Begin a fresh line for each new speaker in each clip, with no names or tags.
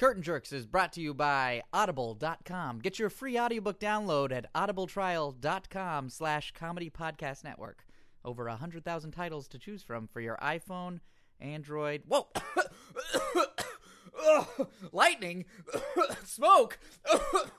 Curtain Jerks is brought to you by Audible.com. Get your free audiobook download at audibletrial.com slash comedy podcast network. Over 100,000 titles to choose from for your iPhone, Android... Whoa! Ugh, lightning! Smoke!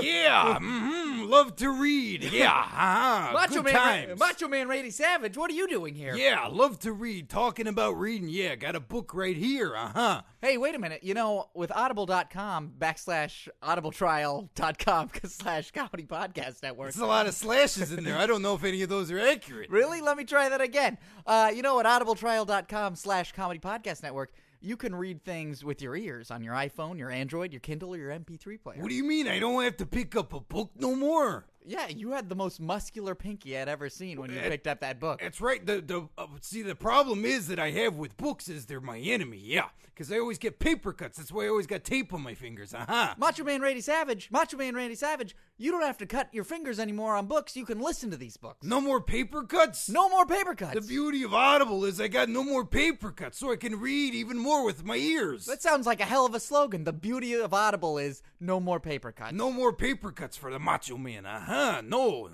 Yeah, mhm, love to read. Yeah, huh?
Macho
good
Man,
times.
Macho Man Randy Savage, what are you doing here?
yeah, love to read. Talking about reading. Yeah, got a book right here. Uh huh.
Hey, wait a minute. You know, with audible.com backslash audibletrial.com slash comedy podcast network.
There's a lot of slashes in there. I don't know if any of those are accurate.
Really? Let me try that again. Uh, you know, at audibletrial.com slash comedy podcast network, you can read things with your ears on your iPhone, your Android, your Kindle, or your MP3 player.
What do you mean? I don't have to pick up a book no more.
yeah, you had the most muscular pinky I'd ever seen when you
It-
picked up that book.
That's right. The the uh, see the problem is that I have with books is they're my enemy. Yeah, because I always get paper cuts. That's why I always got tape on my fingers. Uh huh.
Macho Man Randy Savage, Macho Man Randy Savage, you don't have to cut your fingers anymore on books. You can listen to these books.
No more paper cuts.
No more paper cuts.
The beauty of Audible is I got no more paper cuts, so I can read even more with my ears.
That sounds like a hell of a slogan. The beauty of Audible is no more paper cuts.
No more paper cuts for the macho man. Uh huh. No.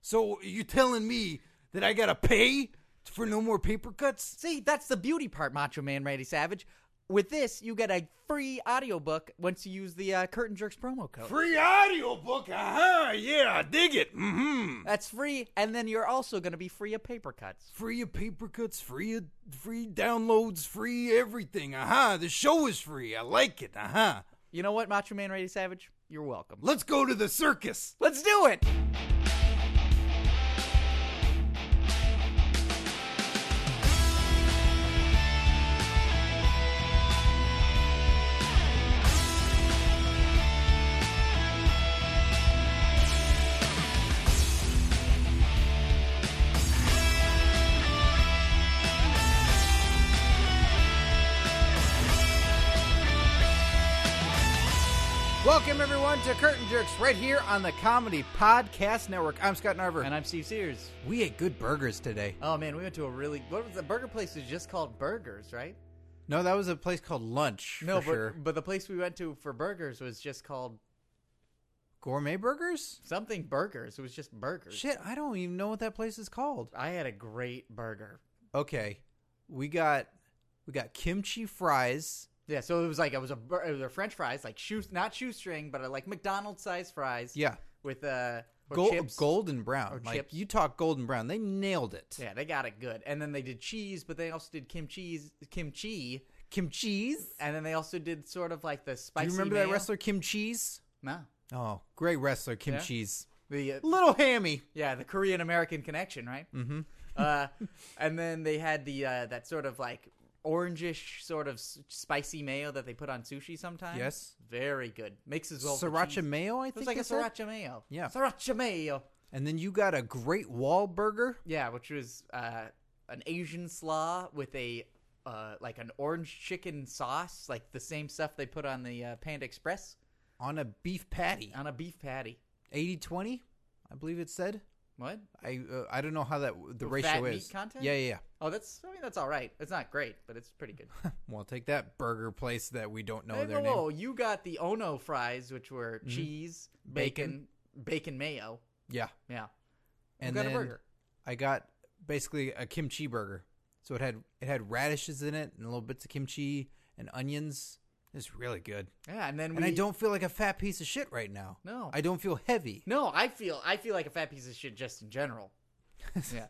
So you telling me that I gotta pay for no more paper cuts?
See, that's the beauty part, Macho Man Randy Savage. With this, you get a free audiobook once you use the uh, Curtain Jerks promo code.
Free audiobook. Uh huh. Yeah, dig it. Mm hmm.
That's free, and then you're also going to be free of paper cuts.
Free of paper cuts, free of free downloads, free everything. Uh huh. The show is free. I like it. Uh huh.
You know what, Macho Man Randy Savage? You're welcome.
Let's go to the circus.
Let's do it!
Welcome everyone to Curtain Jerks right here on the Comedy Podcast Network. I'm Scott Narver.
And I'm Steve Sears.
we ate good burgers today.
Oh man, we went to a really what was the burger place is just called Burgers, right?
No, that was a place called Lunch.
No, but but the place we went to for burgers was just called
gourmet burgers.
something Burgers. It was just Burgers.
Shit, I don't even know what that place is called.
I had a great burger.
Okay, we got we got kimchi fries.
Yeah, so it was like it was a bur- it was a French fries, like shoe not shoestring, but uh, like McDonald's sized fries.
Yeah,
with uh or
Gol-
chips.
golden brown.
Or
like
chips.
you talk golden brown, they nailed it.
Yeah, they got it good, and then they did cheese, but they also did kimchi, kimchi,
Kimchi's.
and then they also did sort of like the
Do
spicy.
you remember that
mayo.
wrestler Kim Cheese?
No,
Oh, great wrestler Kim
Yeah.
Cheese.
the uh,
Little hammy.
yeah the Korean American connection, right? Mm-hmm. uh, and then they had the uh, that sort of like orangish sort of s- spicy mayo that they put on sushi sometimes.
Yes.
very good. Mixes well. with the
Sriracha
cheese.
mayo, I
It was
think.
like a
they said?
sriracha mayo.
Yeah.
sriracha mayo.
And then you got a great wall burger.
Yeah, which was uh, an Asian slaw with a uh, like an orange chicken sauce, like the same stuff they put on the uh, Panda Express
On a beef patty,
on a beef patty.
80-20, I believe it said.
What?
I uh, I don't know how that the ratio
fat meat
is.
content?
Yeah, yeah, yeah.
Oh, that's I mean that's all right. It's not great, but it's pretty good.
Well, take that burger place that we don't know
Hey,
their
whoa,
name. Mm-hmm.
whoa, you got the Ono fries, which were cheese, bacon, bacon,
Bacon.
mayo.
Yeah,
Yeah, You
and
got
then
a burger.
I got basically a kimchi burger. So it had it had radishes in it and little bits of kimchi and onions. It's really good.
Yeah, and then we
And I don't feel like a fat piece of shit right now.
No.
I don't feel heavy.
No, I feel I feel like a fat piece of shit just in general. yeah.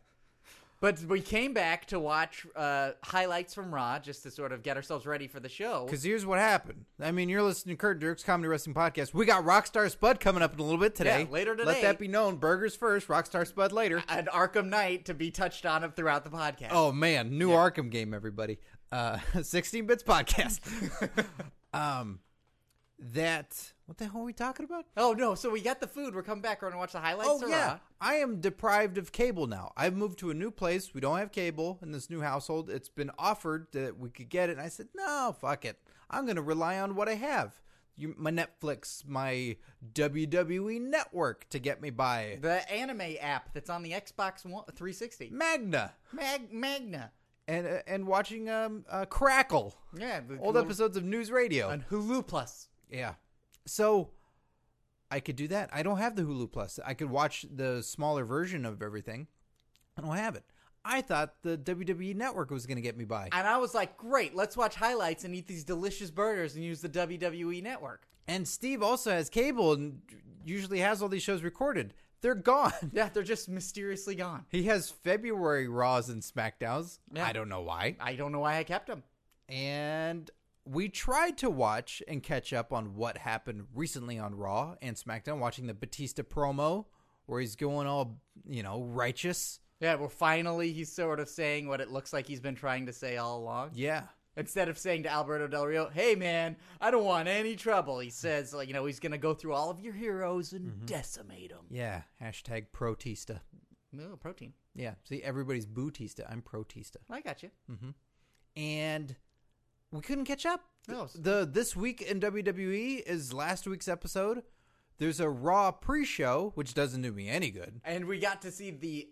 But we came back to watch uh, highlights from Raw just to sort of get ourselves ready for the show.
Because here's what happened. I mean, you're listening to Kurt Dirk's Comedy Wrestling Podcast. We got Rockstar Spud coming up in a little bit today.
Yeah, later today.
Let that be known. Burgers first, Rockstar Spud later.
An Arkham Knight to be touched on up throughout the podcast.
Oh man, new Arkham game, everybody. Uh, 16 bits podcast. um, that what the hell are we talking about?
Oh, no! So we got the food. We're coming back. We're gonna watch the highlights.
Oh
of
yeah,
Raw.
I am deprived of cable now. I've moved to a new place. We don't have cable in this new household. It's been offered that we could get it, and I said no, fuck it. I'm gonna rely on what I have. You, my Netflix, my WWE network to get me by.
the anime app that's on the Xbox One 360.
Magna.
Mag Magna.
and uh, and watching um uh, Crackle,
Yeah, the
old
little-
episodes of News Radio.
on Hulu Plus.
yeah, so I could do that. I don't have the Hulu Plus. I could watch the smaller version of everything. I don't have it. I thought the WWE Network was going to get me by,
And I was like, great, let's watch highlights and eat these delicious burgers and use the WWE network.
and Steve also has cable and usually has all these shows recorded. They're gone.
Yeah, they're just mysteriously gone.
He has February Raws and SmackDowns.
Yeah.
I don't know why.
I don't know why I kept them.
And we tried to watch and catch up on what happened recently on Raw and SmackDown, watching the Batista promo where he's going all, you know, righteous.
Yeah, well, finally he's sort of saying what it looks like he's been trying to say all along.
Yeah.
Instead of saying to Alberto Del Rio, "Hey man, I don't want any trouble," he says, like, you know, he's gonna go through all of your heroes and
Mm-hmm.
decimate them.
Yeah. Hashtag Protista.
No protein.
Yeah. See, everybody's Bootista. I'm Protista.
I got you.
And we couldn't catch up.
No.
The This Week in WWE is last week's episode. There's a Raw pre show, which doesn't do me any good.
And we got to see the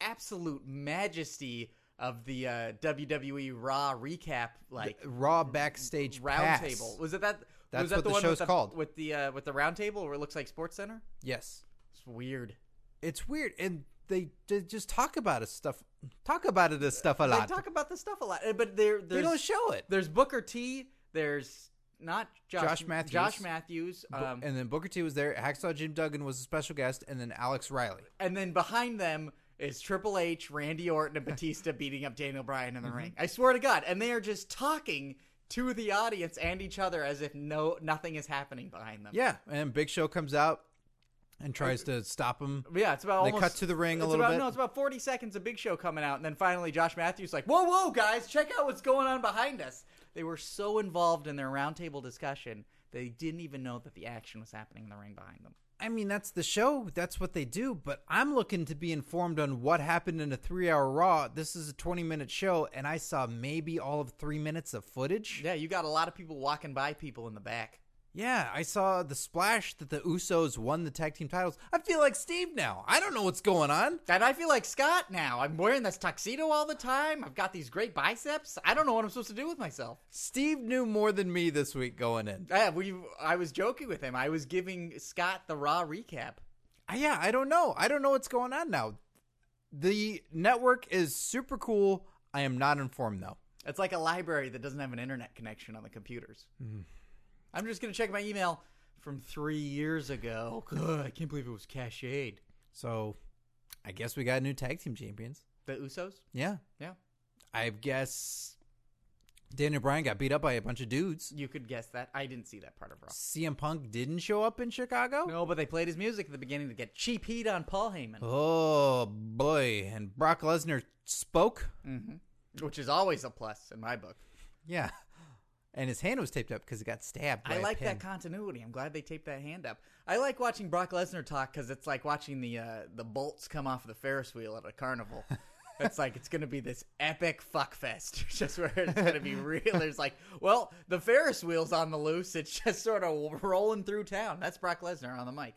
absolute majesty of the uh, WWE Raw recap, like
Raw backstage pass.
roundtable. Was it that?
That's
was that
what the
one
show's
with the,
called.
With the uh, with the round table where it looks like Sports Center.
Yes.
It's weird.
it's weird and they, they just talk about it stuff talk about it as stuff a
They
lot
talk about this stuff a lot, eh, but there
they
there's
don't show it
there's Booker T. There's not Josh,
Josh Matthews.
Josh Matthews.
Bu-
Um, and,
and then booker t was there hacksaw jim duggan was a special guest and then alex riley
then behind them is Triple H, Randy Orton, and Batista beating up Daniel Bryan
Mm-hmm.
in the ring. I swear to God, and they are just talking to the audience and each other as if no nothing is happening behind them.
yeah and big show comes out and tries to stop him
Yeah, it's about
They
almost,
cut to the ring a
it's
little
about-
bit.
No, it's about forty seconds of Big Show coming out, and then finally Josh Matthews like, "Whoa, whoa, guys, check out what's going on behind us." They were so involved in their roundtable discussion they didn't even know that the action was happening in the ring behind them.
i mean that's the show that's what they do but i'm looking to be informed on what happened in a three hour raw this is a 20 minute show and i saw maybe all of three minutes of footage
Yeah, you got a lot of people walking by people in the back.
Yeah, I saw the splash that the Usos won the tag team titles. I feel like Steve now. I don't know what's going on.
And I feel like Scott now. I'm wearing this tuxedo all the time. I've got these great biceps. I don't know what I'm supposed to do with myself.
Steve knew more than me this week going in.
Yeah, we. I was joking with him. I was giving Scott the raw recap.
Uh, Yeah, I don't know. I don't know what's going on now. The network is super cool. I am not informed though.
It's like a library that doesn't have an internet connection on the computers. I'm just going to check my email from three years ago. God, Oh, I can't believe it was cached.
So I guess we got new tag team champions.
The Usos?
Yeah.
Yeah.
I guess Daniel Bryan got beat up by a bunch of dudes.
You could guess that. I didn't see that part of Raw.
CM Punk didn't show up in Chicago.
No, but they played his music at the beginning to get cheap heat on Paul Heyman,
Oh boy. And Brock Lesnar spoke.
which is always a plus in my book.
Yeah. And his hand was taped up because it got stabbed. By
I
a
like
pin.
that continuity. I'm glad they taped that hand up. I like watching Brock Lesnar talk because it's like watching the uh, the bolts come off the Ferris wheel at a carnival. it's like it's going to be this epic fuck fest, just where it's going to be real. There's like, well, the Ferris wheel's on the loose. It's just sort of rolling through town. That's Brock Lesnar on the mic.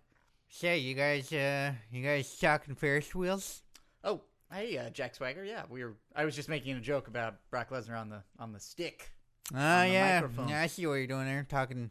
Say, you guys, uh, you guys talking Ferris wheels?
Oh, hey, uh, Jack Swagger. Yeah, we were. I was just making a joke about Brock Lesnar on the on the stick.
Oh
the
yeah.
microphone.
yeah, I see what you're doing there. Talking,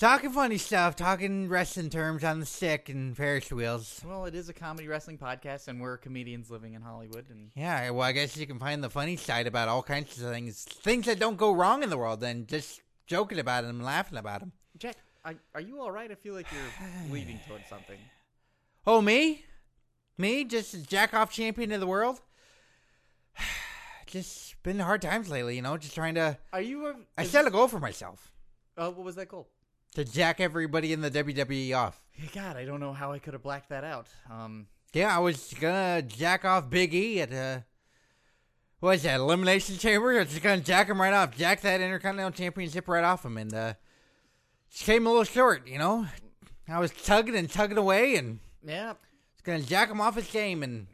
talking funny stuff. Talking wrestling terms on the stick and Ferris wheels.
Well, it is a comedy wrestling podcast, and we're comedians living in Hollywood, and
Yeah, well, I guess you can find the funny side about all kinds of things, things that don't go wrong in the world, and just joking about them, laughing about them.
Jack, are, are you all right? I feel like you're leading towards something.
Oh, me? Me? Just as jack off champion of the world? just been hard times lately, you know, just trying to.
Are you? A,
I
is-
set a goal for myself
Oh, what was that goal?
to jack everybody in the WWE off.
God, I don't know how I could have blacked that out. Um,
Yeah, I was gonna jack off Big E at uh what is that, Elimination Chamber? I was just gonna jack him right off, jack that Intercontinental Championship right off him, and uh, just came a little short, you know. I was tugging and tugging away, and
yeah.
was gonna jack him off his game, and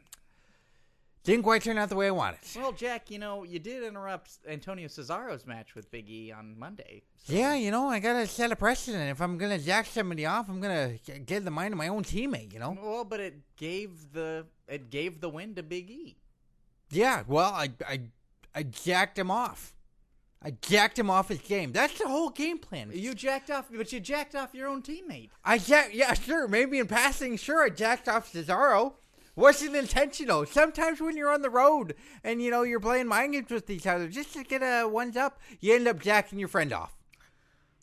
didn't quite turn out the way I wanted.
Well, Jack, you know, you did interrupt Antonio Cesaro's match with Big E on Monday.
Yeah, you know, I gotta set a precedent. If I'm gonna jack somebody off, I'm gonna g- get in the mind of my own teammate. You know.
Well, but it gave the it gave the win to Big E.
Yeah. Well, I I I jacked him off. I jacked him off his game. That's the whole game plan.
You jacked off, but you jacked off your own teammate.
I jack, yeah, sure, maybe in passing, sure, I jacked off Cesaro. Wasn't intentional. Sometimes when you're on the road and you know you're playing mind games with each other, just to get a ones up, you end up jacking your friend off.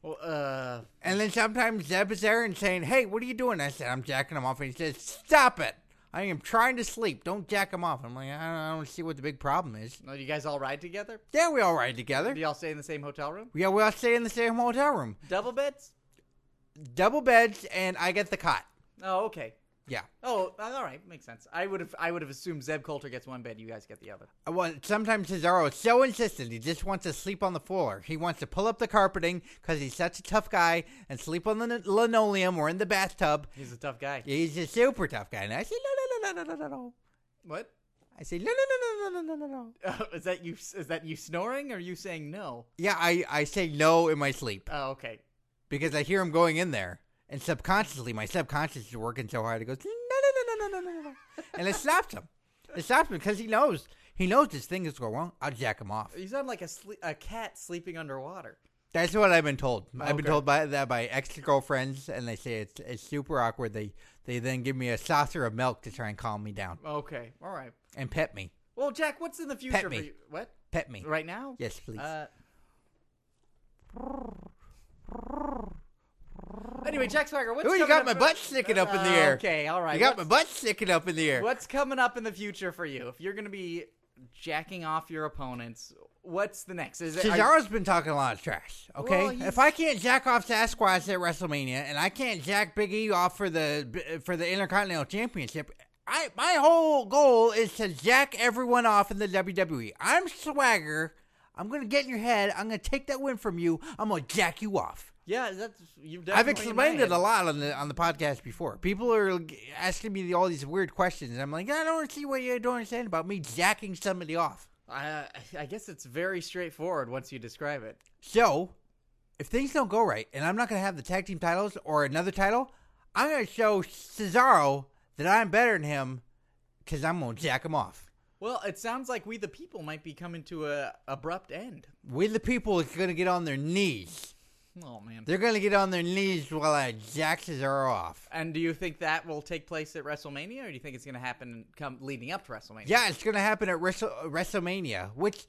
Well, uh,
And then sometimes Zeb is there and saying, "Hey, what are you doing?" I said, "I'm jacking him off," and he says, "Stop it! I am trying to sleep. Don't jack him off." I'm like, I don't, I don't see what the big problem is.
no, you guys all ride together?
Yeah, we all ride together.
Do y'all stay in the same hotel room?
Yeah, we all stay in the same hotel room,
Double beds?
double beds, and I get the cot.
Oh, okay.
Yeah.
Oh, uh, all right, makes sense. I would have, I would have assumed Zeb Coulter gets one bed, you guys get the other.
I want, sometimes Cesaro is so insistent he just wants to sleep on the floor. He wants to pull up the carpeting because he's such a tough guy and sleep on the lin- linoleum or in the bathtub.
He's a tough guy.
He's a super tough guy. And I say, no, no, no, no, no, no, no, no.
What?
I say, no, no, no, no, no, no, no, no, no.
is that you? Is that you snoring, or are you saying no?
Yeah, I, I say no in my sleep
Oh, okay.
because I hear him going in there. And subconsciously, my subconscious is working so hard, it goes, no, no, no, no, no, no, no, no. And it stops him. It stops him because he knows. He knows this thing is going wrong. I'll jack him off.
You sound like a sle- a cat sleeping underwater.
That's what I've been told. I've been
Okay.
told by that by ex girlfriends, and they say it's it's super awkward. They they then give me a saucer of milk to try and calm me down
Okay, all right.
and pet me,
Well, Jack, what's in the future for
me.
you? What?
pet me.
Right now?
Yes, please.
Uh, anyway, Jack Swagger, what's
Ooh, you
coming
got
up
my
for- Uh,
butt sticking up in the air.
Okay, all right.
you got my
what's,
butt sticking up in the air.
what's coming up in the future for you? If you're going to be jacking off your opponents, what's the next? Is it, are you-
Cesaro's been talking a lot of trash. Okay,
Well, he's-
if I can't jack off Sasquatch at WrestleMania, and I can't jack Big E off for the for the Intercontinental Championship. I, my whole goal is to jack everyone off in the WWE. I'm swagger. I'm gonna get in your head. I'm gonna take that win from you. I'm gonna jack you off.
yeah, that's you've
I've
definitely
explained it
mad.
a lot on the on the podcast before. People are g- asking me all these weird questions, and I'm like, I don't see what you don't understand about me jacking somebody off.
I, I guess it's very straightforward once you describe it.
So, if things don't go right, and I'm not going to have the tag team titles or another title, I'm going to show Cesaro that I'm better than him because I'm going to jack him off.
Well, it sounds like we the people might be coming to a abrupt end.
We the people is going to get on their knees.
Oh man.
They're going to get on their knees while I jack Cesaro off.
And do you think that will take place at WrestleMania, or do you think it's going to happen come leading up to WrestleMania?
Yeah, it's going to happen at Wrestle- WrestleMania, which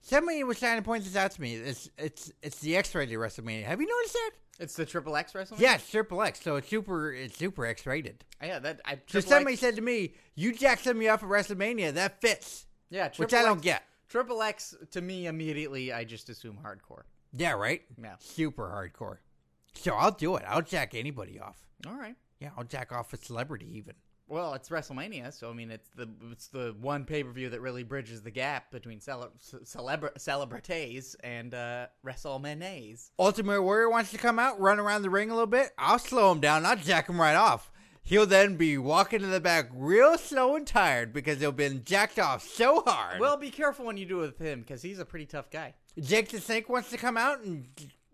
somebody was trying to point this out to me. It's it's it's the X-rated WrestleMania. Have you noticed that?
it's the Triple X WrestleMania.
Yeah, it's Triple X, so it's super it's super X-rated.
yeah, that I
So
Triple
somebody
X,
said to me, "You jacked somebody up at WrestleMania. That fits,"
yeah,
which
Triple
I don't
X-
get.
Triple X to me immediately, I just assume hardcore.
Yeah, right.
Yeah.
Super hardcore. So I'll do it. I'll jack anybody off.
All right.
Yeah, I'll jack off a celebrity even.
Well, it's WrestleMania, so I mean, it's the it's the one pay per view that really bridges the gap between cele- ce- celebra- celebrities and uh, WrestleManias.
Ultimate Warrior wants to come out, run around the ring a little bit. I'll slow him down. I'll jack him right off. He'll then be walking to the back real slow and tired because they've been jacked off so hard.
Well, be careful when you do it with him because he's a pretty tough guy.
Jake the Snake wants to come out and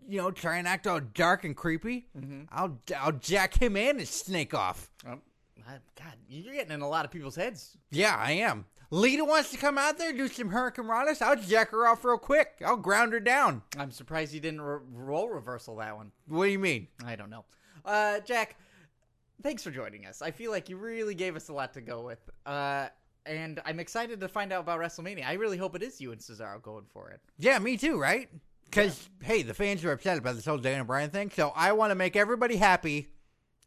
you know try and act all dark and creepy.
Mm-hmm.
I'll I'll jack him and his snake off.
Um, I- God, you're getting in a lot of people's heads.
Yeah, I am. Lita wants to come out there do some Hurricane Ranas. I'll jack her off real quick. I'll ground her down.
I'm surprised you didn't re- roll reversal that one.
What do you mean?
I don't know. Uh, Jack, thanks for joining us. I feel like you really gave us a lot to go with. Uh, and I'm excited to find out about WrestleMania. I really hope it is you and Cesaro going for it.
Yeah, me too, right? Because hey, the fans are upset about this whole Dana Bryan thing, so I want to make everybody happy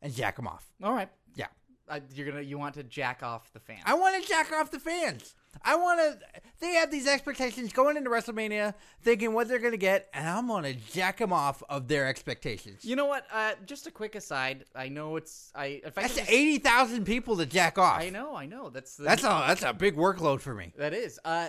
and jack them off.
All right.
Yeah,
Uh, you're gonna you want to jack off the fan.
I want to jack off the fans. I want to. They have these expectations going into WrestleMania, thinking what they're going to get, and I'm going to jack them off of their expectations.
you know what? Uh, just a quick aside. I know it's I. If I
That's
could just-
eighty thousand people to jack off.
I know. I know. That's the,
That's a that's a big workload for me.
that is. Uh,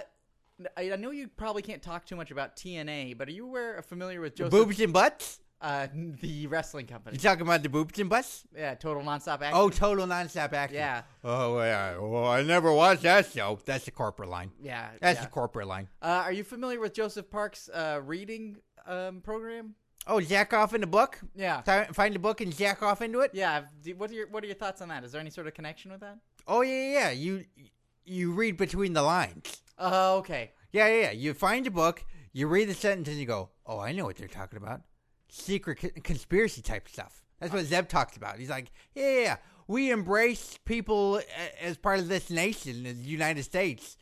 I, I know you probably can't talk too much about TNA, but are you aware uh, familiar with Joseph,
Boobs and butts.
uh, the wrestling company?
You talking about the boobs and butts?
Yeah, total nonstop action.
Oh, total nonstop action.
Yeah.
Oh, yeah. Well, I never watched that show. That's the corporate line.
yeah.
That's
yeah.
the corporate line.
Uh, are you familiar with Joseph Park's uh, reading um, program?
Oh, jack off in the book.
Yeah.
Fi- Find the book and jack off into it.
Yeah. do- What are your What are your thoughts on that? Is there any sort of connection with that?
Oh yeah, yeah. You you read between the lines.
Oh, okay.
Yeah, yeah, yeah. You find a book, you read the sentence, and you go, "Oh, I know what they're talking about. Secret co- conspiracy type stuff." That's what Zeb talks about. He's like, "Yeah, yeah, yeah. we embrace people a- as part of this nation, the United States,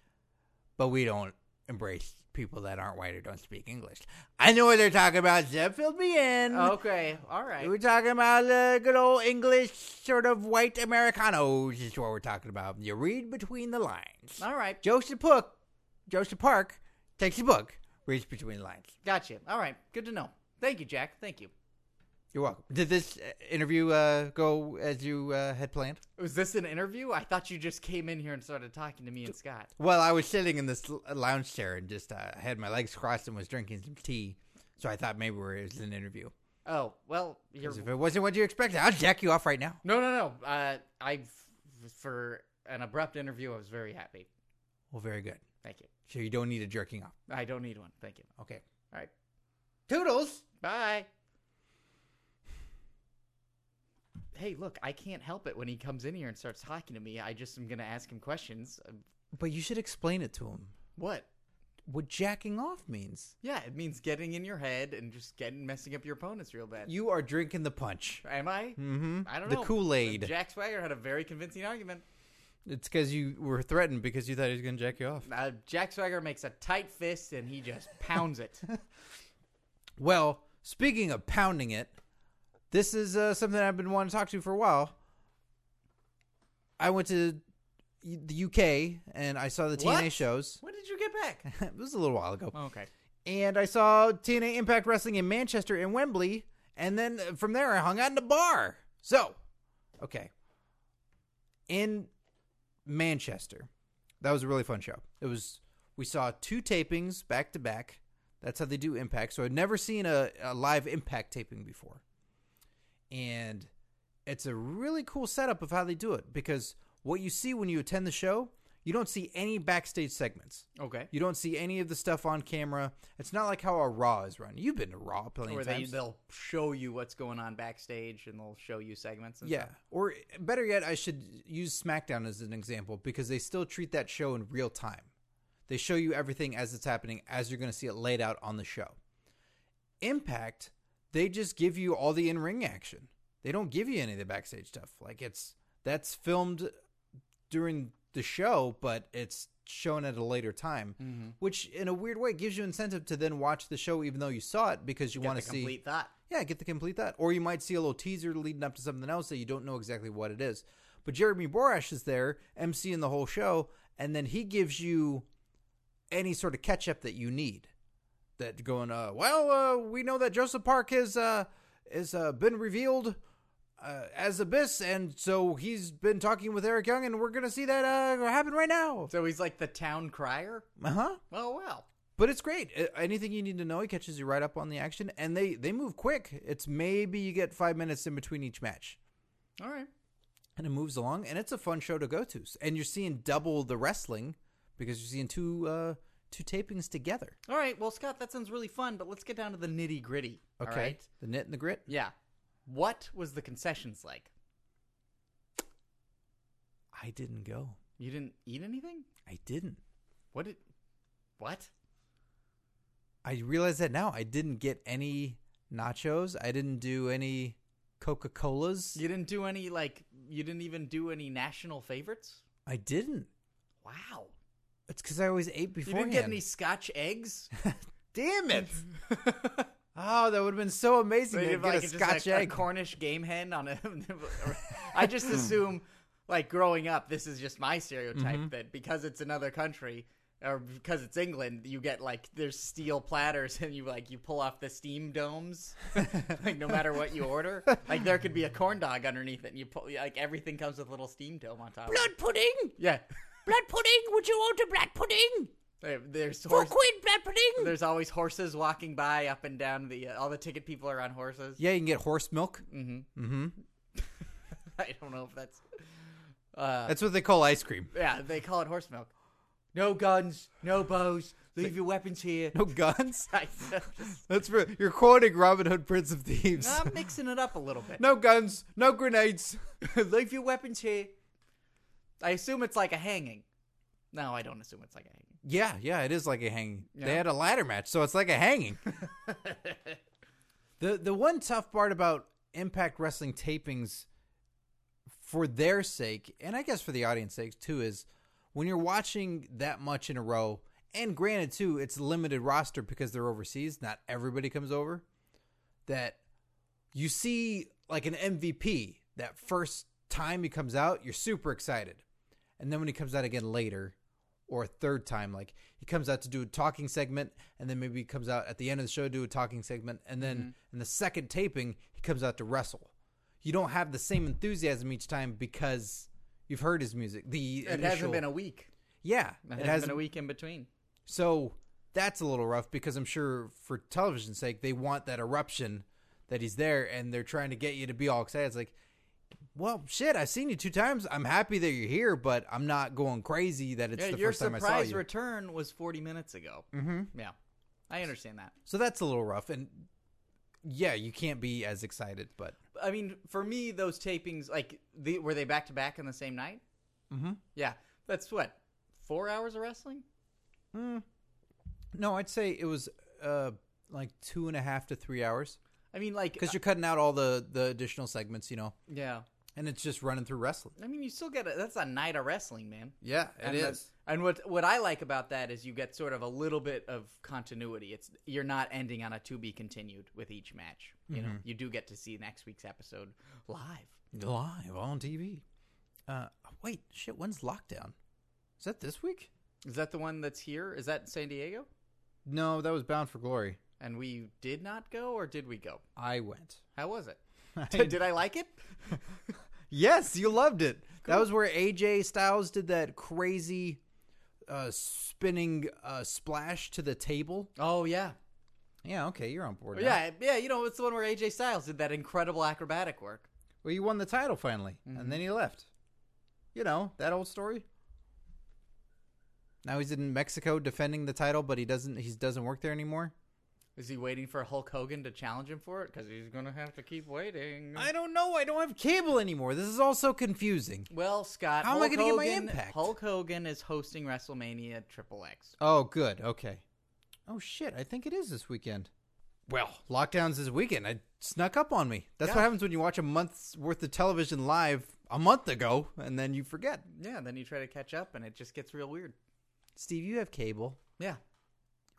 but we don't embrace." People that aren't white or don't speak English. I know what they're talking about. Zeb filled me in.
Okay, all right.
We're talking about uh, good old English, sort of white Americanos is what we're talking about. You read between the lines.
All right.
Joseph Book, Joseph Park takes a book, reads between the lines.
Gotcha. All right. Good to know. Thank you, Jack. Thank you.
You're welcome. Did this uh, interview uh, go as you uh, had planned?
Was this an interview? I thought you just came in here and started talking to me and Scott.
Well, I was sitting in this l- lounge chair and just uh, had my legs crossed and was drinking some tea, so I thought maybe it was an interview.
Oh, well, you're
'Cause If it wasn't what you expected, I'll jack you off right now.
No, no, no. Uh, I for an abrupt interview, I was very happy.
Well, very good.
Thank you.
So you don't need a jerking off.
I don't need one. Thank you.
Okay.
All right.
Toodles.
Bye. Hey, look, I can't help it when he comes in here and starts talking to me. I just am going to ask him questions. Uh,
But you should explain it to him.
What?
what jacking off means.
Yeah, it means getting in your head and just getting messing up your opponents real bad.
You are drinking the punch.
Am I?
Mm-hmm.
I don't
the
know.
Kool Aid.
Jack Swagger had a very convincing argument.
it's because you were threatened because you thought he was going to jack you off.
Uh, Jack Swagger makes a tight fist and he just pounds it.
Well, speaking of pounding it, this is uh, something I've been wanting to talk to you for a while. I went to U- the UK and I saw the
What?
TNA shows.
when did you get back? Oh,
it was a little while ago.
Okay.
and I saw TNA Impact Wrestling in Manchester and Wembley, and then from there I hung out in a bar. So, okay, in Manchester, that was a really fun show. It was we saw two tapings back to back. That's how they do Impact. So I'd never seen a, a live Impact taping before, and it's a really cool setup of how they do it because what you see when you attend the show, you don't see any backstage segments.
Okay.
You don't see any of the stuff on camera. It's not like how a Raw is run. You've been to Raw plenty
Or
of
they,
times.
they'll show you what's going on backstage and they'll show you segments. And
yeah.
stuff.
Or better yet, I should use SmackDown as an example because they still treat that show in real time. They show you everything as it's happening, as you're going to see it laid out on the show. Impact, they just give you all the in ring action. They don't give you any of the backstage stuff. Like it's that's filmed during the show, but it's shown at a later time,
Mm-hmm.
which in a weird way gives you incentive to then watch the show even though you saw it because you
Get
want
the
to see
complete thought.
yeah, get the complete that. Or you might see a little teaser leading up to something else that you don't know exactly what it is. But Jeremy Borash is there, emceeing the whole show, and then he gives you any sort of catch up that you need. That going, uh, well, uh, we know that Joseph Park has uh, is uh, been revealed uh, as Abyss, and so he's been talking with Eric Young, and we're gonna see that uh, happen right now.
So he's like the town crier?
Uh huh.
Oh, wow.
But it's great. Uh, Anything you need to know, he catches you right up on the action, and they they move quick. It's maybe you get five minutes in between each match,
All right.
and it moves along, and it's a fun show to go to. And you're seeing double the wrestling because you're seeing two uh, two tapings together.
All right. Well, Scott, that sounds really fun, but let's get down to the nitty gritty. All right.
the knit and the grit.
Yeah. What was the concessions like?
I didn't go.
You didn't eat anything?
I didn't.
What did. What?
I realize that now. I didn't get any nachos. I didn't do any Coca Colas.
You didn't do any, like, you didn't even do any national favorites?
I didn't.
Wow.
It's because I always ate
You
beforehand.
didn't get any scotch eggs?
Damn it!
Maybe
Oh, that would have been so amazing to get
like
a
just
Scotch
a,
egg.
a Cornish game hen on a. I just assume, like growing up, this is just my stereotype
Mm-hmm.
that because it's another country or because it's England, you get like there's steel platters and you like you pull off the steam domes, like no matter what you order, like there could be a corn dog underneath it, and you pull like everything comes with a little steam dome on top. of it.
pudding.
Yeah,
Blood pudding. Would you want a blood pudding?
There- there's horse,
blood pudding.
there's always horses walking by up and down the uh, all the ticket people are on horses.
Yeah, you can get horse milk. Mm-hmm.
I don't know if that's. Uh,
That's what they call ice cream.
yeah, they call it horse milk. No guns, no bows. Leave your weapons here.
No guns.
I- I'm just-
That's for you're quoting Robin Hood, Prince of Thieves.
I'm mixing it up a little bit.
No guns. No grenades.
Leave your weapons here. I assume it's like a hanging. No, I don't assume it's like a hanging.
Yeah, yeah, it is like a hanging.
Yeah.
They had a ladder match, so it's like a hanging. the the one tough part about Impact Wrestling tapings for their sake, and I guess for the audience's sake too, is when you're watching that much in a row, and granted too, it's a limited roster because they're overseas, not everybody comes over. That you see like an MVP that first time he comes out, you're super excited. And then when he comes out again later or a third time, like he comes out to do a talking segment and then maybe he comes out at the end of the show to do a talking segment and then in the second taping he comes out to wrestle. You don't have the same enthusiasm each time because you've heard his music. The
It
initial-
hasn't been a week.
yeah.
It hasn't, been a week in between.
so that's a little rough because I'm sure for television's sake they want that eruption that he's there and they're trying to get you to be all excited. It's like, well, shit, I've seen you two times. I'm happy that you're here, but I'm not going crazy that it's
Yeah,
the
your
first time I saw
surprise
you.
return was 40 minutes ago. Mm-hmm. Yeah, I understand that.
so that's a little rough, and yeah, you can't be as excited. But
I mean, for me, those tapings, like, the, were they back to back on the same night?
Mhm.
Yeah, that's what four hours of wrestling.
no, I'd say it was uh, like two and a half to three hours
I mean, like,
because you're cutting out all the the additional segments, you know,
yeah.
and it's just running through wrestling.
I mean, you still get a, that's a night of wrestling, man.
Yeah, it
and
is.
that's- and what what I like about that is you get sort of a little bit of continuity. It's you're not ending on a to be continued with each match. You
Mm-hmm.
know, you do get to see next week's episode live.
live on TV. Uh, wait, shit. When's lockdown? Is that this week?
Is that the one that's here? Is that San Diego?
No, that was Bound for Glory.
And we did not go, or did we go?
I went.
How was it? Did, did I like it?
Yes, you loved it. That was where AJ Styles did that crazy uh, spinning uh, splash to the table. Oh,
Oh yeah,
Yeah, okay, you're on board. now.
yeah, yeah. You know, it's the one where AJ Styles did that incredible acrobatic work.
Well, you won the title finally, and then he left. You know that old story. Now he's in Mexico defending the title, but he doesn't. He doesn't work there anymore.
Is he waiting for Hulk Hogan to challenge him for it? Because he's gonna have to keep waiting.
I don't know. I don't have cable anymore. This is all so confusing.
Well, Scott,
How am I
Hulk
gonna get my
Hogan-
Impact?
Hulk Hogan is hosting WrestleMania Triple X.
Oh, good. Okay. Oh shit! I think it is this weekend. Well, lockdowns this weekend. It snuck up on me. That's what
Yeah.
happens when you watch a month's worth of television live a month ago, and then you forget.
Yeah, then you try to catch up, and it just gets real weird.
Steve, you have cable.
Yeah,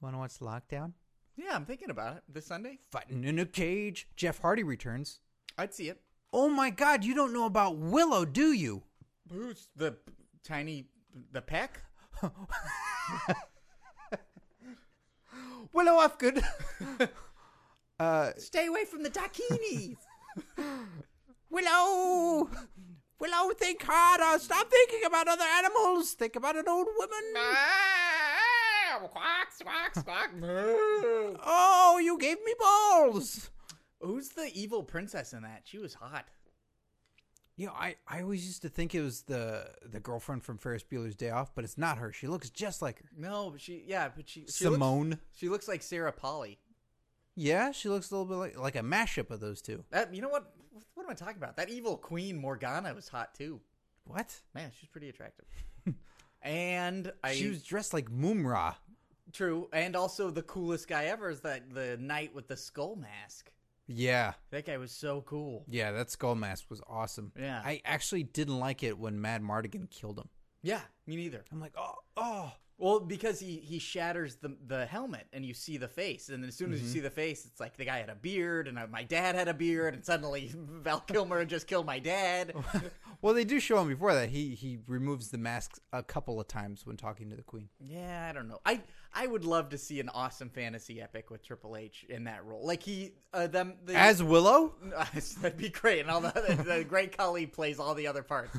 You want to watch Lockdown?
yeah, I'm thinking about it this Sunday.
Fighting in a cage. Jeff Hardy returns.
I'd see it.
Oh my God! You don't know about Willow, do you?
Who's the tiny the peck?
Willow Afgood. uh,
Stay away from the dakinis.
Willow! Willow, oh, think harder. Stop thinking about other animals. Think about an old woman.
Ah, quack, squawk, squawk. moo.
Oh, you gave me balls.
Who's the evil princess in that? She was hot.
You know, I, I always used to think it was the the girlfriend from Ferris Bueller's Day Off, but it's not her. She looks just like her.
No, but she yeah, but she, she Looks,
Simone.
she looks like Sarah Polly.
yeah, she looks a little bit like, like a mashup of those two.
That you know what? What am I talking about? That evil queen Morgana was hot too.
What?
Man, she's pretty attractive. and I
she was dressed like Moomra.
true, and also the coolest guy ever is that the knight with the skull mask.
Yeah,
That guy was so cool.
yeah, that skull mask was awesome.
Yeah.
I actually didn't like it when Mad Mardigan killed him.
Yeah, me neither.
I'm like, oh, oh.
Well, because he he shatters the the helmet and you see the face, and then as soon
Mm-hmm.
as you see the face, it's like the guy had a beard, and uh, my dad had a beard, and suddenly Val Kilmer just killed my dad.
Well, they do show him before that. He he removes the mask a couple of times when talking to the queen.
Yeah, I don't know. I I would love to see an awesome fantasy epic with Triple H in that role. Like he uh, them the,
As Willow?
that'd be great, and all the other, the great Cully plays all the other parts.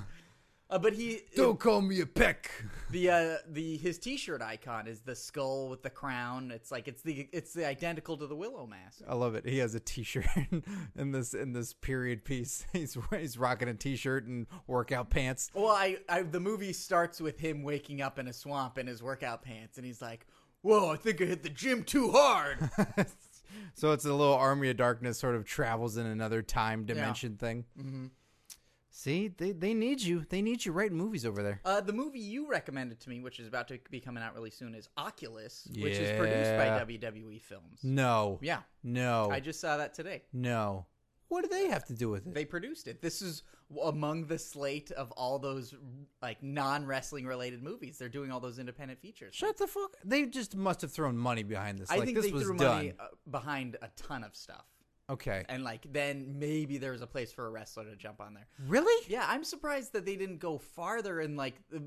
Uh, but he
call me a peck.
the uh, the his T-shirt icon is the skull with the crown. It's like it's the it's the identical to the Willow mask.
I love it. He has a T-shirt in this in this period piece. He's he's rocking a T-shirt and workout pants.
Well, I, I the movie starts with him waking up in a swamp in his workout pants, and he's like, "Whoa, I think I hit the gym too hard." Mm-hmm.
So it's a little Army of Darkness sort of travels in another time dimension thing. See, they, they need you. They need you writing movies over there.
Uh, the movie you recommended to me, which is about to be coming out really soon, is Oculus, which is produced by
Yeah.
WWE Films.
No.
Yeah,
No.
I just saw that today.
no. What do they have to do with it?
They produced it. This is w- among the slate of all those like non wrestling related movies. They're doing all those independent features.
Shut the fuck. They just must have thrown money behind this.
I
like,
think
this
they
was
threw
done.
money uh, behind a ton of stuff,
Okay.
and like then maybe there was a place for a wrestler to jump on there.
Really?
Yeah, I'm surprised that they didn't go farther in like the-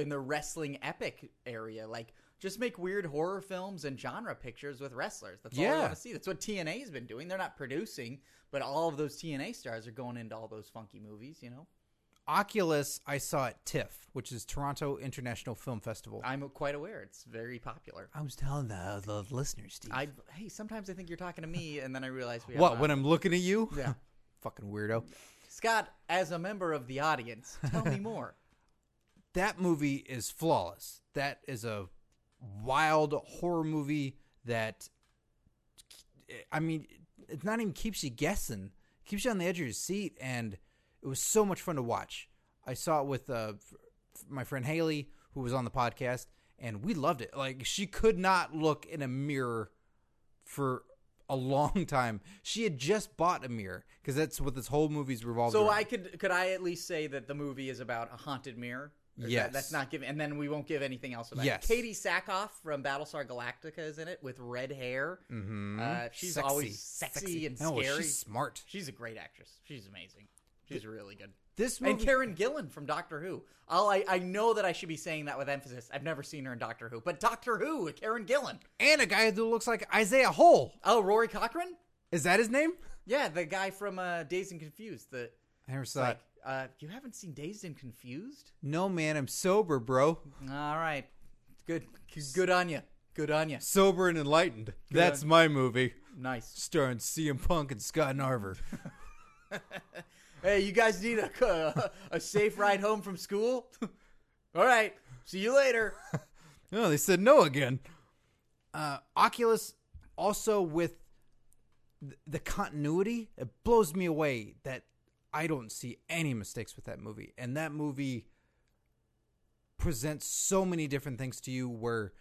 in the wrestling epic area. Like just make weird horror films and genre pictures with wrestlers. That's all I
Yeah.
want to see. That's what TNA's been doing. They're not producing, but all of those TNA stars are going into all those funky movies, you know.
Oculus, I saw at TIFF, which is Toronto International Film Festival. I,
I'm quite aware it's very popular.
was telling the, the listeners, Steve.
I hey, sometimes I think you're talking to me and then I realize we have
what,
not.
when I'm looking at you?
Yeah.
Fucking weirdo.
Scott, as a member of the audience, tell me more.
that movie is flawless. That is a wild horror movie that I mean, it's not even keeps you guessing. keeps you on the edge of your seat and it was so much fun to watch. I saw it with uh, f- my friend Haley who was on the podcast and we loved it. Like she could not look in a mirror for a long time. She had just bought a mirror because that's what this whole movie's revolved
So
around.
I could could I at least say that the movie is about a haunted mirror? Or that-
Yes.
that's not giving, and then we won't give anything else about
Yes.
it. Katie Sackhoff from Battlestar Galactica is in it with red hair. Mm-hmm. Uh, she's
Sexy.
always sexy, and
No,
scary.
she's smart.
She's a great actress. She's amazing. She's really good.
This
And
movie
Karen Gillan from Doctor Who. I'll, I I know that I should be saying that with emphasis. I've never seen her in Doctor Who, but Doctor Who, Karen Gillan.
and a guy who looks like Isaiah Hole.
Oh, Rory Cochrane.
Is that his name?
Yeah, the guy from uh, Dazed and Confused. The
I never saw
like,
it.
uh, you haven't seen Dazed and Confused?
No, man, I'm sober, bro.
All right, good, good on you, good on you.
Sober and enlightened. That's my movie.
Nice.
Starring CM Punk and Scott Narver.
Hey, you guys need a a, a safe ride home from school. All right, see you later.
oh, they said no again. Uh, Oculus also with th- the continuity, it blows me away that I don't see any mistakes with that movie. And that movie presents so many different things to you where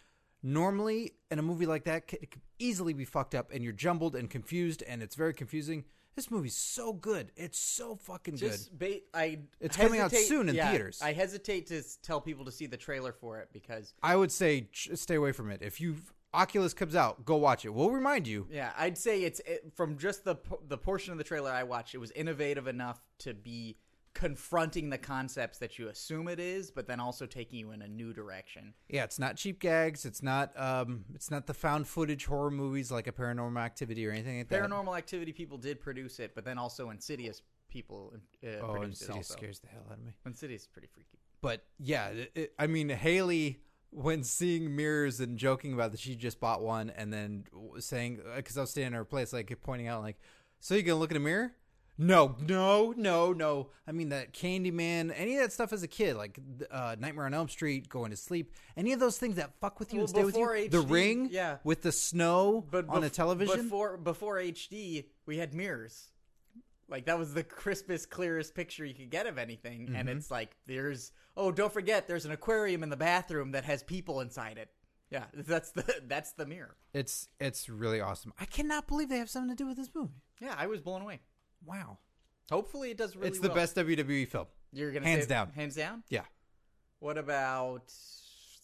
normally in a movie like that c- it could easily be fucked up and you're jumbled and confused and it's very confusing. This movie's so good. It's so fucking good.
Just bait. I
It's coming out
hesitate-
soon in
yeah,
theaters.
I hesitate to s- tell people to see the trailer for it because
I would say ch- stay away from it. If you Oculus comes out, go watch it. We'll remind you.
yeah, I'd say it's it, from just the po- the portion of the trailer I watched. It was innovative enough to be confronting the concepts that you assume it is, but then also taking you in a new direction.
Yeah, it's not cheap gags. It's not um, it's not the found footage horror movies like a Paranormal Activity or anything like that.
Paranormal Activity people did produce it, but then also Insidious people uh,
Oh,
produced it
Insidious
also.
scares the hell out of me.
Insidious is pretty freaky.
But yeah, it, it- I mean Haley, when seeing mirrors and joking about that she just bought one, and then w- saying because I was standing in her place, like pointing out like, so you gonna look in a mirror? No, no, no, no. I mean that Candyman, any of that stuff as a kid, like th- uh, Nightmare on Elm Street, going to sleep, any of those things that fuck with you
Well,
and stay with you.
before
the
HD,
Ring,
yeah.
with the snow on the
bef-
television.
before before HD, we had mirrors. Like that was the crispest, clearest picture you could get of anything, and
Mm-hmm.
it's like there's oh, don't forget there's an aquarium in the bathroom that has people inside it. Yeah, that's the that's the mirror.
It's it's really awesome. I cannot believe they have something to do with this movie.
Yeah, I was blown away.
Wow,
Hopefully, it does really.
it's the
well.
best WWE film.
You're gonna
hands
say-
down.
hands down.
Yeah,
What about?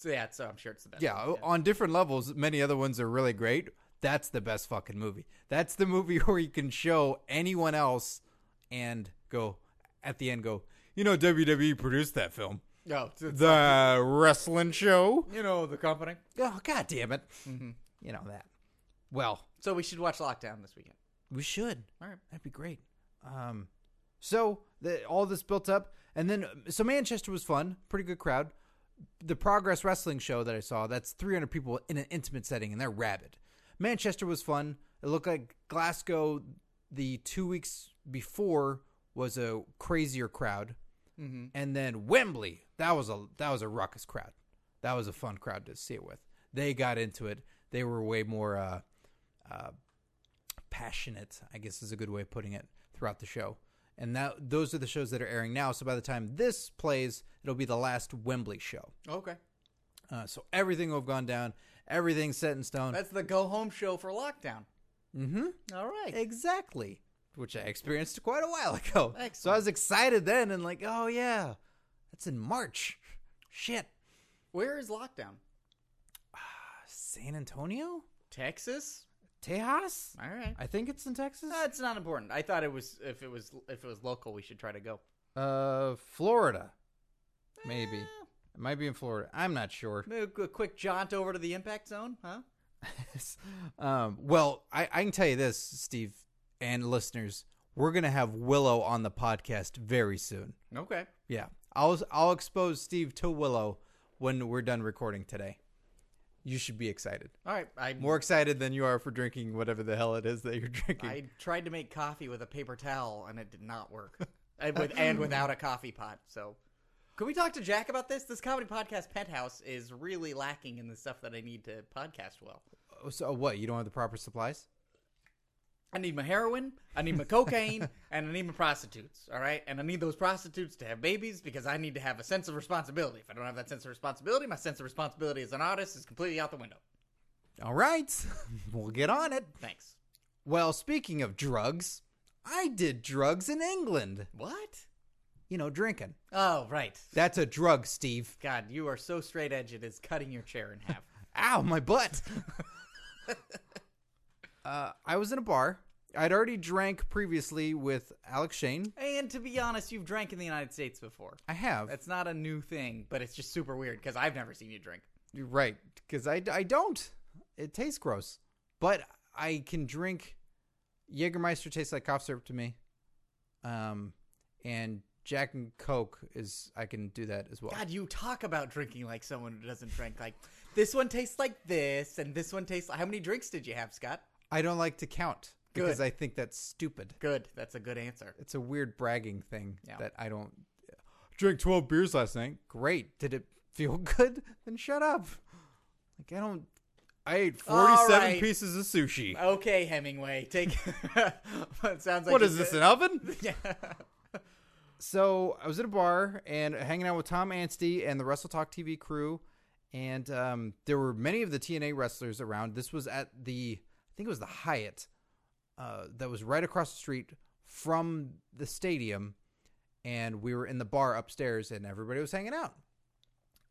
Yeah, so I'm sure it's the best.
yeah, oh, On different levels, many other ones are really great. That's the best fucking movie. That's the movie where you can show anyone else and go at the end go, you know, WWE produced that film,
No, it's- it's-
the wrestling show.
Oh, you know the company.
Oh god damn it! You know that. Well,
So we should watch Lockdown this weekend.
we should.
All right.
That'd be great. Um, so the, all this built up, and then so Manchester was fun, pretty good crowd. The Progress Wrestling show that I saw, that's 300 people in an intimate setting, and they're rabid. Manchester was fun. It looked like Glasgow the two weeks before was a crazier crowd, and then Wembley that was a that was a ruckus crowd. That was a fun crowd to see it with. They got into it. They were way more. Uh, passionate, I guess is a good way of putting it, throughout the show. And that those are the shows that are airing now. So by the time this plays, it'll be the last Wembley show.
Okay.
Uh, so everything will have gone down. Everything's set in stone.
That's the go home show for lockdown.
mm-hmm.
All right.
Exactly. Which I experienced quite a while ago. So I
Excellent.
was excited then and like, oh yeah, that's in March. Shit.
Where is lockdown?
San Antonio?
Texas?
Tejas?
All right.
I think it's in Texas.
That's not important. I thought it was if it was if it was local we should try to go.
Uh, Florida. Maybe.
Eh,
It might be in Florida. I'm not sure.
maybe a qu- quick jaunt over to the impact zone, huh?
um, well, I, I can tell you this, Steve and listeners, we're gonna have Willow on the podcast very soon.
Okay.
Yeah, I'll I'll expose Steve to Willow when we're done recording today. You should be excited.
All right. I
More excited than you are for drinking whatever the hell it is that you're drinking.
I tried to make coffee with a paper towel and it did not work. and, with, and without a coffee pot. So, can we talk to Jack about this? This comedy podcast penthouse is really lacking in the stuff that I need to podcast well.
Oh, so what? You don't have the proper supplies?
I need my heroin, I need my cocaine, and I need my prostitutes. All right, and I need those prostitutes to have babies because I need to have a sense of responsibility. If I don't have that sense of responsibility, my sense of responsibility as an artist is completely out the window.
All right, we'll get on it.
Thanks.
Well, speaking of drugs, I did drugs in England.
What?
You know, drinking.
Oh, right.
That's a drug, Steve.
God, you are so straight edge. It is cutting your chair in half.
Ow, my butt. uh, I was in a bar. I'd already drank previously with Alex Shane.
And to be honest, you've drank in the United States before.
I have.
That's not a new thing, but it's just super weird because I've never seen you drink.
You're right. Because I, I don't. It tastes gross. But I can drink. Jägermeister tastes like cough syrup to me. Um, and Jack and Coke is, I can do that as well.
God, you talk about drinking like someone who doesn't drink. Like this one tastes like this, and this one tastes. How many drinks did you have, Scott?
I don't like to count because
Good.
I think that's stupid.
Good. That's a good answer.
It's a weird bragging thing
Yeah.
that I don't drink 12 beers last night. Great. Did it feel good? Then shut up. Like I don't I ate 47
All right.
pieces of sushi.
Okay, Hemingway. Take. it sounds like
what
you
is this
did-
an oven?
Yeah.
so, I was at a bar and hanging out with Tom Anstey and the Wrestle Talk TV crew and um, there were many of the TNA wrestlers around. This was at the I think it was the Hyatt uh, that was right across the street from the stadium, and we were in the bar upstairs, and everybody was hanging out.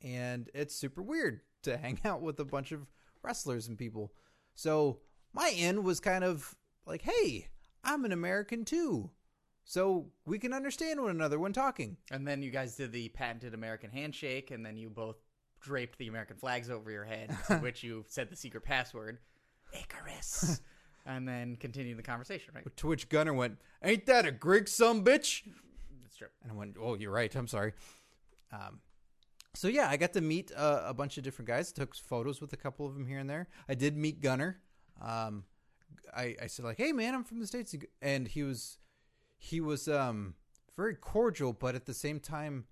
And it's super weird to hang out with a bunch of wrestlers and people. So my in was kind of like, "Hey, I'm an American too." So we can understand one another when talking.
and then you guys did the patented American handshake, and then you both draped the American flags over your head, to which you said the secret password, Icarus, and then continued the conversation. Right.
To which Gunner went, "Ain't that a Greek some bitch?"
That's true.
And I went, oh, you're right. I'm sorry. Um, so yeah, I got to meet uh, a bunch of different guys. Took photos with a couple of them here and there. I did meet Gunner. Um, I, I said like, hey man, I'm from the states, and he was he was um, very cordial, but at the same time,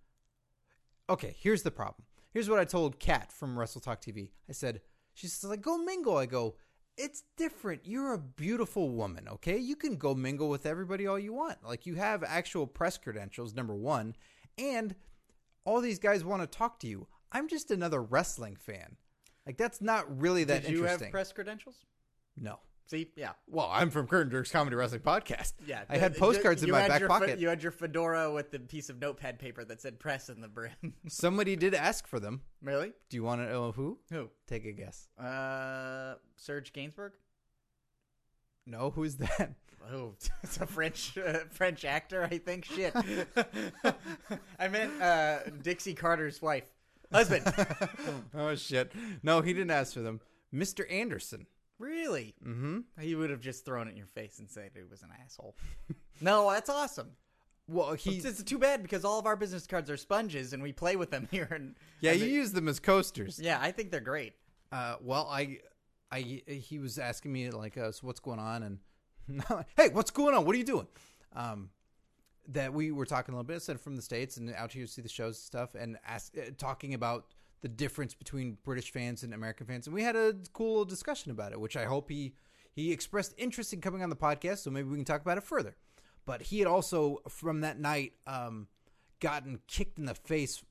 okay. Here's the problem. Here's what I told Kat from Wrestle Talk TV. I said she says like, go mingle. I go. It's different. You're a beautiful woman, okay? You can go mingle with everybody all you want. Like you have actual press credentials, number one, and all these guys want to talk to you. I'm just another wrestling fan. Like that's not really that
Did you have
interesting.
press credentials?
no.
See, yeah,
Well, I'm from Curtin Dirk's Comedy Wrestling Podcast.
yeah.
I had
The-
postcards in
you
my
had
back
your fe-
pocket.
you had your fedora with the piece of notepad paper that said "press" in the brim.
Somebody did ask for them.
really?
Do you want to know who?
Who?
Take a guess.
Uh, Serge Gainsbourg.
No, who's that?
Oh, it's a French uh, French actor, I think. Shit, I meant uh, Dixie Carter's wife, husband.
oh shit. No, he didn't ask for them. Mr. Anderson.
really?
Mm-hmm.
He would have just thrown it in your face and said it was an asshole. no, that's awesome.
Well, he
It's, it's too bad because all of our business cards are sponges, and we play with them here. And
Yeah,
and
you
they-
use them as coasters.
yeah, I think they're great.
Uh, well, I, I, he was asking me like, uh, so what's going on? And hey, what's going on? What are you doing? Um, that we were talking a little bit, I said from the states and out here to see the shows and stuff, and ask, uh, talking about the difference between British fans and American fans, and we had a cool little discussion about it, which I hope he he expressed interest in coming on the podcast, so maybe we can talk about it further. But he had also from that night um, gotten kicked in the face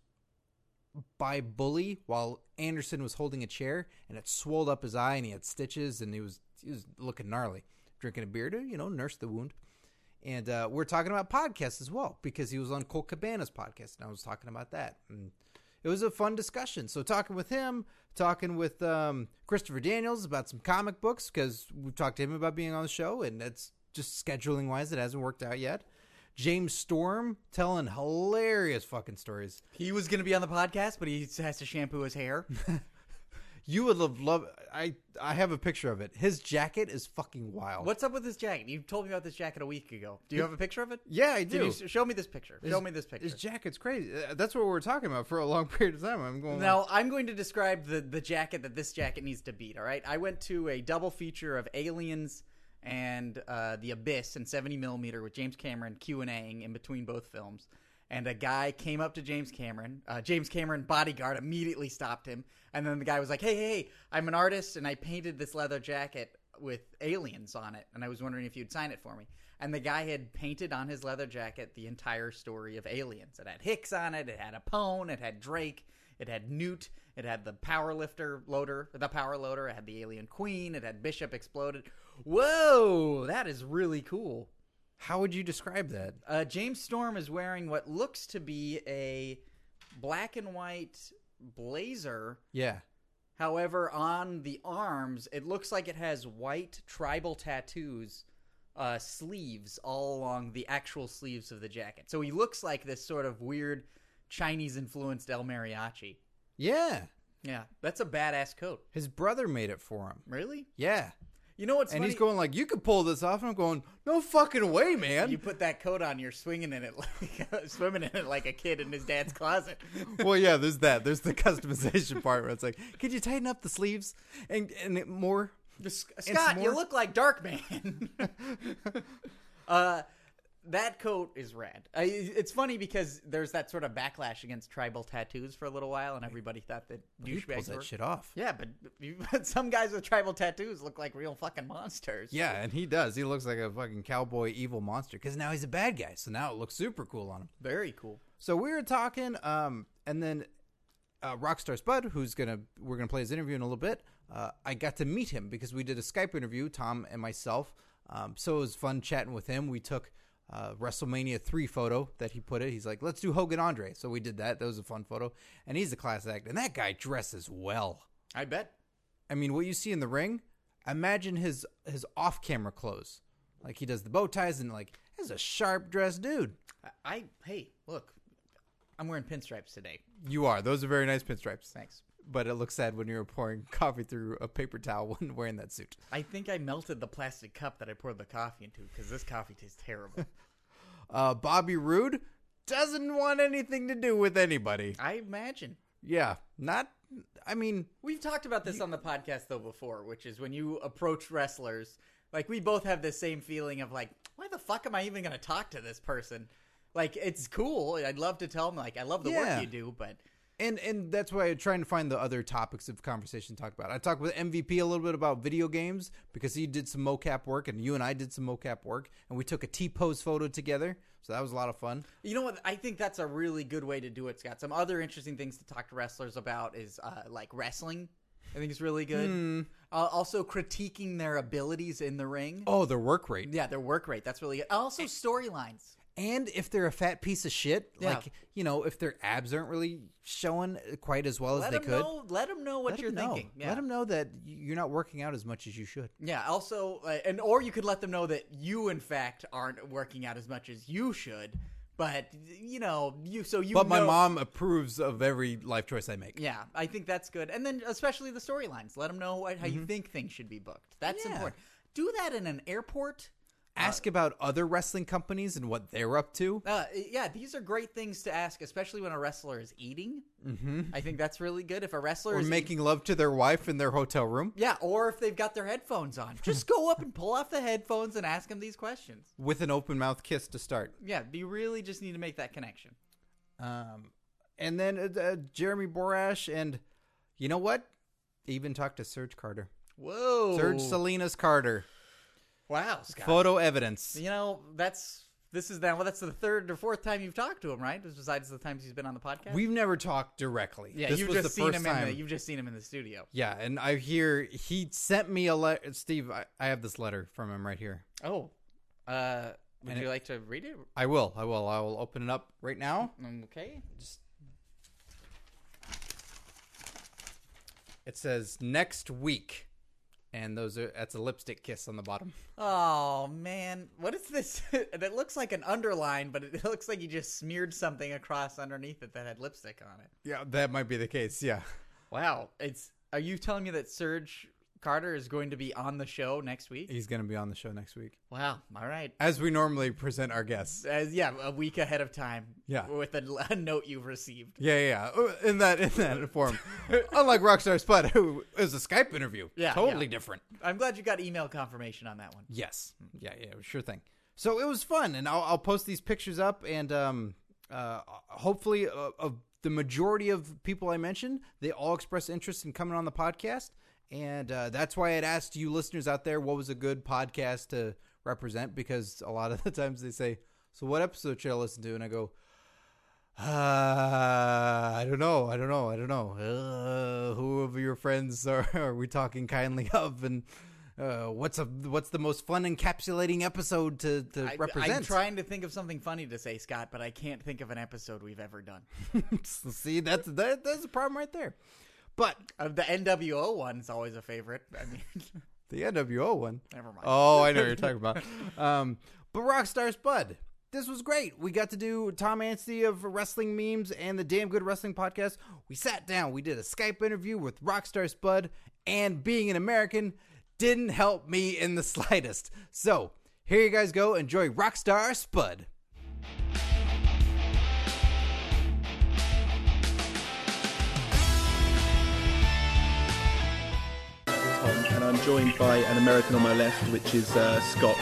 by bully while Anderson was holding a chair, and it swelled up his eye, and he had stitches, and he was he was looking gnarly, drinking a beer to you know nurse the wound. And uh, we're talking about podcasts as well because he was on Cole Cabana's podcast, and I was talking about that. And it was a fun discussion. So talking with him, talking with um, Christopher Daniels about some comic books because we've talked to him about being on the show, and that's just scheduling wise, it hasn't worked out yet. James Storm telling hilarious fucking stories.
He was going to be on the podcast, but he has to shampoo his hair.
You would love love. I I have a picture of it. His jacket is fucking wild.
What's up with this jacket? You told me about this jacket a week ago. Do you have a picture of it?
Yeah, I
Can
do.
you s- show me this picture? Show me this picture.
His jacket's crazy. Uh, That's what we were talking about for a long period of time. I'm going.
Now I'm going to describe the the jacket that this jacket needs to beat. All right, I went to a double feature of Aliens and uh, The Abyss in 70 millimeter with James Cameron Q and Aing in between both films. And a guy came up to James Cameron. Uh, James Cameron bodyguard immediately stopped him, and then the guy was like, "Hey, hey, hey, I'm an artist, and I painted this leather jacket with aliens on it, and I was wondering if you'd sign it for me." And the guy had painted on his leather jacket the entire story of aliens. It had Hicks on it. It had Apone. It had Drake. It had Newt. It had the power lifter loader, the power loader. It had the alien queen. It had Bishop exploded. Whoa, that is really cool.
How would you describe that?
Uh, James Storm is wearing what looks to be a black and white blazer.
Yeah,
However, on the arms, it looks like it has white tribal tattoos, uh, sleeves all along the actual sleeves of the jacket. So he looks like this sort of weird Chinese influenced El Mariachi.
yeah.
Yeah, that's a badass coat.
His brother made it for him.
Really?
Yeah,
You know what's
and
funny?
he's going like, "You could pull this off." And I'm going, "No fucking way, man."
you put that coat on, you're swinging in it like swimming in it like a kid in his dad's closet.
well, yeah. There's that. There's the customization part where it's like, "Could you tighten up the sleeves and and it more?"
Scott, you
more-
look like Dark Man. uh, that coat is rad. I, it's funny because there's that sort of backlash against tribal tattoos for a little while, and everybody thought that
He pulls
douchebags were.
that shit off.
Yeah, but you, some guys with tribal tattoos look like real fucking monsters.
Yeah, and he does. He looks like a fucking cowboy evil monster because now he's a bad guy. So now it looks super cool on him.
very cool.
So we were talking, um, and then uh, Rockstar Spud, who's gonna we're gonna play his interview in a little bit. Uh, I got to meet him because we did a Skype interview, Tom and myself. Um, so it was fun chatting with him. We took uh, WrestleMania three photo that he put it. He's like, "Let's do Hogan Andre." So we did that. That was a fun photo, and he's a class act. And that guy dresses well.
I bet.
I mean, what you see in the ring, imagine his his off camera clothes. Like he does the bow ties and like he's a sharp dressed dude.
I, I hey, look, I'm wearing pinstripes today.
You are. Those are very nice pinstripes.
Thanks.
But it looks sad when you're pouring coffee through a paper towel when wearing that suit.
I think I melted the plastic cup that I poured the coffee into because this coffee tastes terrible.
Uh, Bobby Roode doesn't want anything to do with anybody.
I imagine.
Yeah, not. I mean,
We've talked about this on the podcast though before, which is when you approach wrestlers, like we both have the same feeling of like, why the fuck am I even going to talk to this person? Like it's cool. I'd love to tell them like I love the
Yeah.
work you do, but
and and that's why I'm trying to find the other topics of conversation to talk about. I talked with MVP a little bit about video games because he did some mocap work, and you and I did some mocap work, and we took a T pose photo together. So that was a lot of fun.
you know what? I think that's a really good way to do it, Scott. Some other interesting things to talk to wrestlers about is uh, like wrestling. I think it's really good. Uh, also critiquing their abilities in the ring.
Oh, their work rate.
Yeah, their work rate. That's really good. Also
Eh.
storylines.
and if they're a fat piece of shit,
Yeah.
like you know, if their abs aren't really showing quite as well
Let
as they
them
could,
know. Let them know what
let
you're
'em know.
thinking. Yeah.
Let them know that y- you're not working out as much as you should.
Yeah. Also, uh, and or you could let them know that you, in fact, aren't working out as much as you should. But you know, you so you. know-
approves of every life choice I make.
Yeah, I think that's good. And then especially the storylines. Let them know what, how you think things should be booked. That's
Mm-hmm. Yeah.
important. Do that in an airport.
Ask about other wrestling companies and what they're up to.
Uh, yeah, these are great things to ask, especially when a wrestler is eating. Mm-hmm. I think that's really good. If a wrestler
Or
is
making love to their wife in their hotel room
yeah, or if they've got their headphones on, just go up and pull off the headphones and ask them these questions.
with an open mouth kiss to start.
Yeah, you really just need to make that connection.
Um, and then uh, uh, Jeremy Borash and you know what? Even talked to Serge Carter,
Whoa. Oh.
Serge Salinas Carter.
Wow, Scott.
Photo evidence.
you know, that's This is now. Well, that's the third or fourth time you've talked to him, right? Besides the times he's been on the podcast.
We've never talked directly.
yeah,
this
you've
was
just
the
seen
first
him
time.
in the. You've just seen him in the studio.
yeah, and I hear he sent me a letter. Steve, I, I have this letter from him right here.
Oh, uh, would
And
you
it-
like to read it?
I will. I will. I will open it up right now.
Mm, Okay. Just
It says next week, and those are that's a lipstick kiss on the bottom.
Oh man, what is this? And it looks like an underline, but it looks like you just smeared something across underneath it that had lipstick on it.
Yeah, that might be the case. Yeah.
Wow, it's. Are you telling me that Serge Carter is going to be on the show next week?
He's going to be on the show next week,
Wow. All right.
as we normally present our guests.
As, yeah, a week ahead of time.
Yeah.
With a, a note you've received.
Yeah, yeah, yeah. Uh, in that in that form. Unlike Rockstar Spud, who is a Skype interview,
Yeah,
totally
yeah.
different.
I'm glad you got email confirmation on that one.
Yes, yeah, yeah, sure thing. So it was fun, and I'll, I'll post these pictures up, and um, uh, hopefully, uh, of the majority of people I mentioned, they all express interest in coming on the podcast, and uh, that's why I'd asked you listeners out there what was a good podcast to represent, because a lot of the times they say, "So what episode should I listen to?" and I go. Uh, I don't know. I don't know. I don't know. Uh, who of your friends are, are we talking kindly of, and uh, what's a what's the most fun encapsulating episode to to
I,
represent?
I'm trying to think of something funny to say, Scott, but I can't think of an episode we've ever done.
See, that's that, that's the problem right there. But
Uh, the NWO one's always a favorite. I mean,
the NWO one.
never mind.
Oh, I know what you're talking about. Um, but Rockstar Spud, this was great. We got to do Tom Anstey of Wrestling Memes and the Damn Good Wrestling Podcast. We sat down, we did a Skype interview with Rockstar Spud, and being an American didn't help me in the slightest. So here you guys go. Enjoy Rockstar Spud.
Tom, and I'm joined by an American on my left, which is uh, Scott.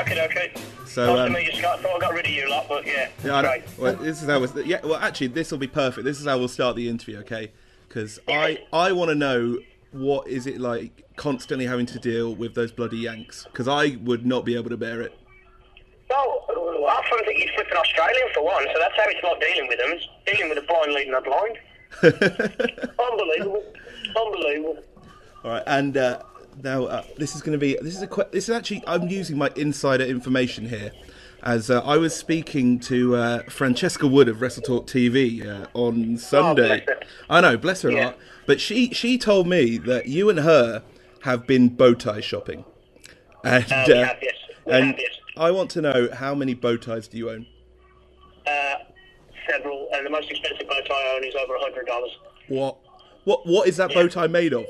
Okay, okay.
So,
nice
um,
to meet you, Scott. I thought I got rid of you lot, but yeah.
yeah, I don't-
right.
well, this is how we'll, yeah. Well, actually, this will be perfect. This is how we'll start the interview, okay? Because I I want to know what is it like constantly having to deal with those bloody Yanks? Because I would not be able to bear it.
Well, I thought that you'd flip an Australian for one, so that's how it's like dealing with them. It's dealing with a blind leading a blind. Unbelievable. Unbelievable.
All right, and uh, now uh, this is going to be this is a que- this is actually I'm using my insider information here, as uh, I was speaking to uh, Francesca Wood of Wrestle Talk TV uh, on Sunday.
Oh, bless her.
I know, bless her
Yeah.
heart. But she she told me that you and her have been bow tie shopping, and
Uh, we have, yes. We
and
have, yes.
I want to know how many bow ties do you own?
Uh, several, and the most expensive bow tie I own is over $100.
What what what is that bow tie made of?